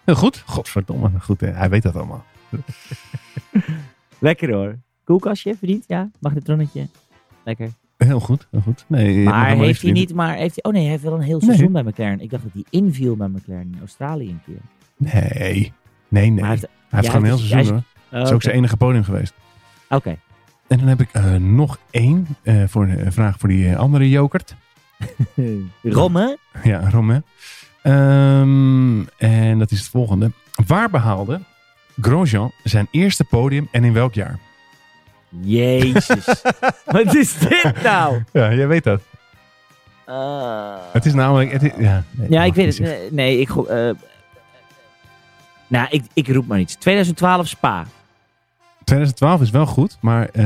Heel goed. Godverdomme. Goed, hè? hij weet dat allemaal.
Lekker hoor. Koelkastje verdiend, ja. Magnetronnetje. Lekker.
Heel goed. Heel goed. Nee, je mag
Maar
hem
heeft hij
even-
niet, maar heeft hij... Oh nee, hij heeft wel een heel seizoen bij McLaren. Ik dacht dat hij inviel bij McLaren in Australië een keer.
Nee. Nee, nee.
Maar hij heeft...
hij heeft
ja,
gewoon een heel
het is-
seizoen.
hij Oh,
hoor. Dat is ook zijn enige podium geweest.
Oké.
En dan heb ik eh, nog één eh, voor, een vraag voor die eh, andere jokert.
Romme.
Ja, Romain. Ehm, en dat is het volgende. Waar behaalde Grosjean zijn eerste podium en in welk jaar?
Jezus. Wat is dit nou?
Ja, jij weet dat.
Ah.
Het is namelijk... Het is- ja, nee,
Ja, ik weet
mag niet
het.
zeggen.
Nee, nee, ik... go- eh, nou, ik, ik roep maar iets. 2012 Spa. eh.
2012 is wel goed, maar eh,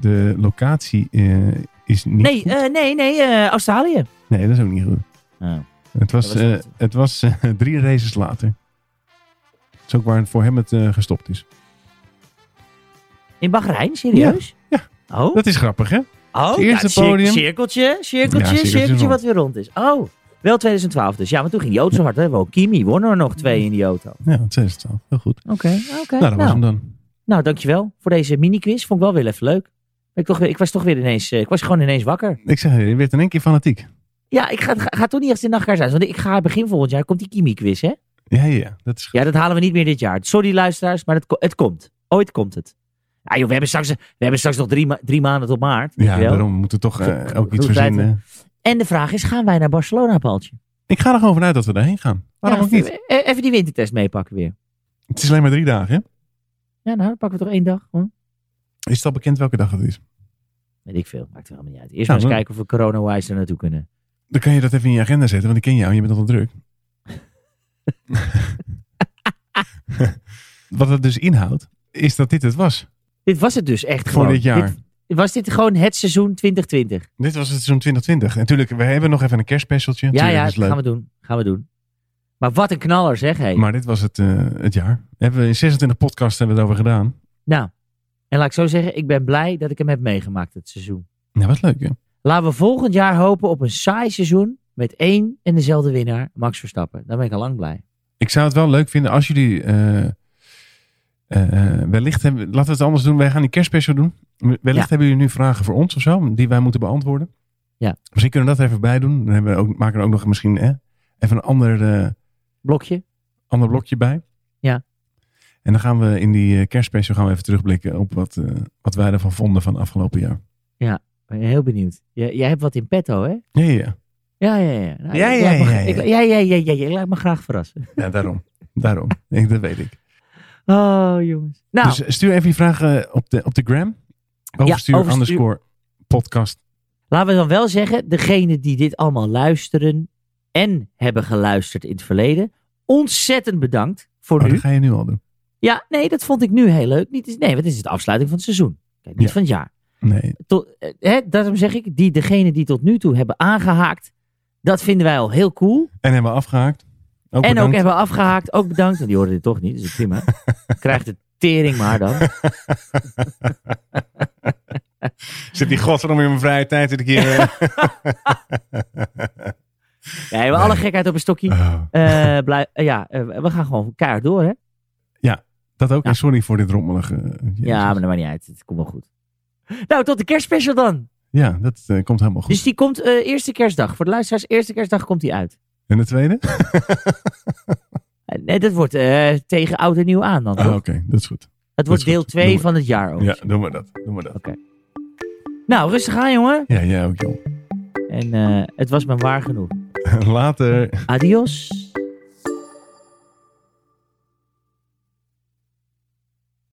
de locatie eh, is niet
Nee,
goed.
eh, nee, nee. eh, Australië.
Nee, dat is ook niet goed.
Oh.
Het was,
Dat was
eh,
goed.
het was eh, drie races later. Dat is ook waar voor hem het eh, gestopt is.
In Bahrein, serieus?
Ja,
Oh,
Dat is grappig, hè?
oh
het eerste
ja, cir-
podium.
Cirkeltje,
Ja,
cirkeltje,
cirkeltje
cirkeltje
rond.
wat weer rond is. Oh, wel 2012 dus. Ja, maar toen ging Jood zo hard. Hè? Wel, Kimi won er nog twee in die auto. Oké,
Ja, 2012. Heel goed.
oké.
Nou, dat was hem
nou,
dan.
nou, dankjewel voor deze mini-quiz. Vond ik wel weer even leuk. Ben Ik, toch weer, ik was toch weer ineens, eh, ik was gewoon ineens wakker.
Ik zeg, je, je werd in één keer fanatiek.
Ja, ik ga, ga, ga toch niet echt in de nachtkaars uit. Want ik ga begin volgend jaar, komt die Kimi-quiz, hè?
Ja, ja, ja, dat is
Ja, dat halen we niet meer dit jaar. Sorry luisteraars, maar het, ko- het komt. Ooit komt het. Ah, joh, we, hebben straks, we hebben straks nog drie, ma- drie maanden tot maart.
Ja,
Wel.
daarom moeten we toch eh,
Goed-
ook
goed
iets verzinnen.
En de vraag is, gaan wij naar Barcelona, Paaltje?
Ik ga er gewoon vanuit dat we daarheen gaan. Waarom
Ja,
ook niet?
e- Even die wintertest meepakken weer.
Het is alleen maar drie dagen, hè?
Ja, nou, dan pakken we toch één dag. Hoor.
Is het al bekend welke dag het is?
Weet ik veel, maakt er helemaal niet uit. Eerst
Ja,
maar eens
dan-
kijken of we corona-wise er naartoe kunnen.
Dan kan je dat even in je agenda zetten, want ik ken jou en je bent altijd druk. Wat het dus inhoudt, is dat dit het was
Dit was het dus echt
voor
gewoon.
dit jaar.
was dit gewoon het seizoen 2020?
Dit was het seizoen 2020. En Natuurlijk, we hebben nog even een kerstspecialtje.
Ja,
Tuurlijk,
ja, dat
dat is leuk.
gaan we doen. Gaan we doen. Maar wat een knaller, zeg hé.
Maar dit was het, eh, het jaar. Hebben we in 26 podcasts hebben we het over gedaan.
Nou, en laat ik zo zeggen, ik ben blij dat ik hem heb meegemaakt dit seizoen.
Nou, was leuk, hè?
Laten we volgend jaar hopen op een saai seizoen met één en dezelfde winnaar, Max Verstappen. Dan ben ik al lang blij.
Ik zou het wel leuk vinden als jullie eh, eh, wellicht hebben. Laten we het anders doen. Wij gaan die kerstspecial doen. Wellicht
Ja.
hebben jullie nu vragen voor ons of zo, die wij moeten beantwoorden.
Ja.
Misschien kunnen we dat er even bij doen. Dan hebben we ook, maken we er ook nog misschien eh, even een ander, eh,
Blokje.
ander blokje bij.
Ja.
En dan gaan we in die eh, kerstspecial gaan we even terugblikken op wat, eh, wat wij ervan vonden van afgelopen jaar.
Ik ben heel benieuwd. Jij, jij hebt wat in petto, hè?
Ja, ja, ja.
Ja, ja, ja. Nou,
Ja,
ik
ja,
laat me
ja,
gra-
ja.
ik la- ja, ja, ja, ja, ja. Ik laat me graag verrassen.
ja daarom. daarom. Ik, dat weet ik.
Oh, jongens. Nou,
Dus stuur even je vragen op de, op de gram. Overstuur,
overstuur.
underscore podcast.
laten we dan wel zeggen, degene die dit allemaal luisteren en hebben geluisterd in het verleden, ontzettend bedankt voor
Oh,
nu.
dat ga je nu al doen.
Ja, nee, dat vond ik nu heel leuk. Niet, eens- nee, want het is de afsluiting van het seizoen. Kijk, niet
Ja.
van het jaar.
Nee,
Tot, eh, hè, daarom zeg ik, die, degene die tot nu toe hebben aangehaakt, dat vinden wij al heel cool.
En hebben we afgehaakt. Ook
en ook
bedankt.
hebben we afgehaakt. Ook bedankt, want die horen dit toch niet, dus dat is prima. Krijgt de tering maar dan.
Zit die godverdomme in mijn vrije tijd dit keer. eh.
Nee, we alle gekheid op een stokje.
Oh,
Eh, blij- eh, ja, eh, we gaan gewoon keihard door, hè?
dat ook.
Ja.
En Sorry voor dit rommelige. eh, jezus.
Ja, maar dat maakt niet uit. Het komt wel goed. Nou, tot de kerstspecial dan.
Ja, dat eh, komt helemaal goed.
Dus die komt eh, eerste kerstdag. Voor de luisteraars, eerste kerstdag komt die uit.
En de tweede?
Eh, nee, dat wordt eh, tegen oud en nieuw aan dan.
Ah,
toch?
Oké, dat is goed.
dat wordt
is goed.
deel
Doen
2
we.
van het jaar ook.
Ja, doen we dat. Doen we dat.
Nou, rustig aan, jongen.
Ja, jij ook, joh.
En eh, het was me waar genoeg.
Later.
Adios.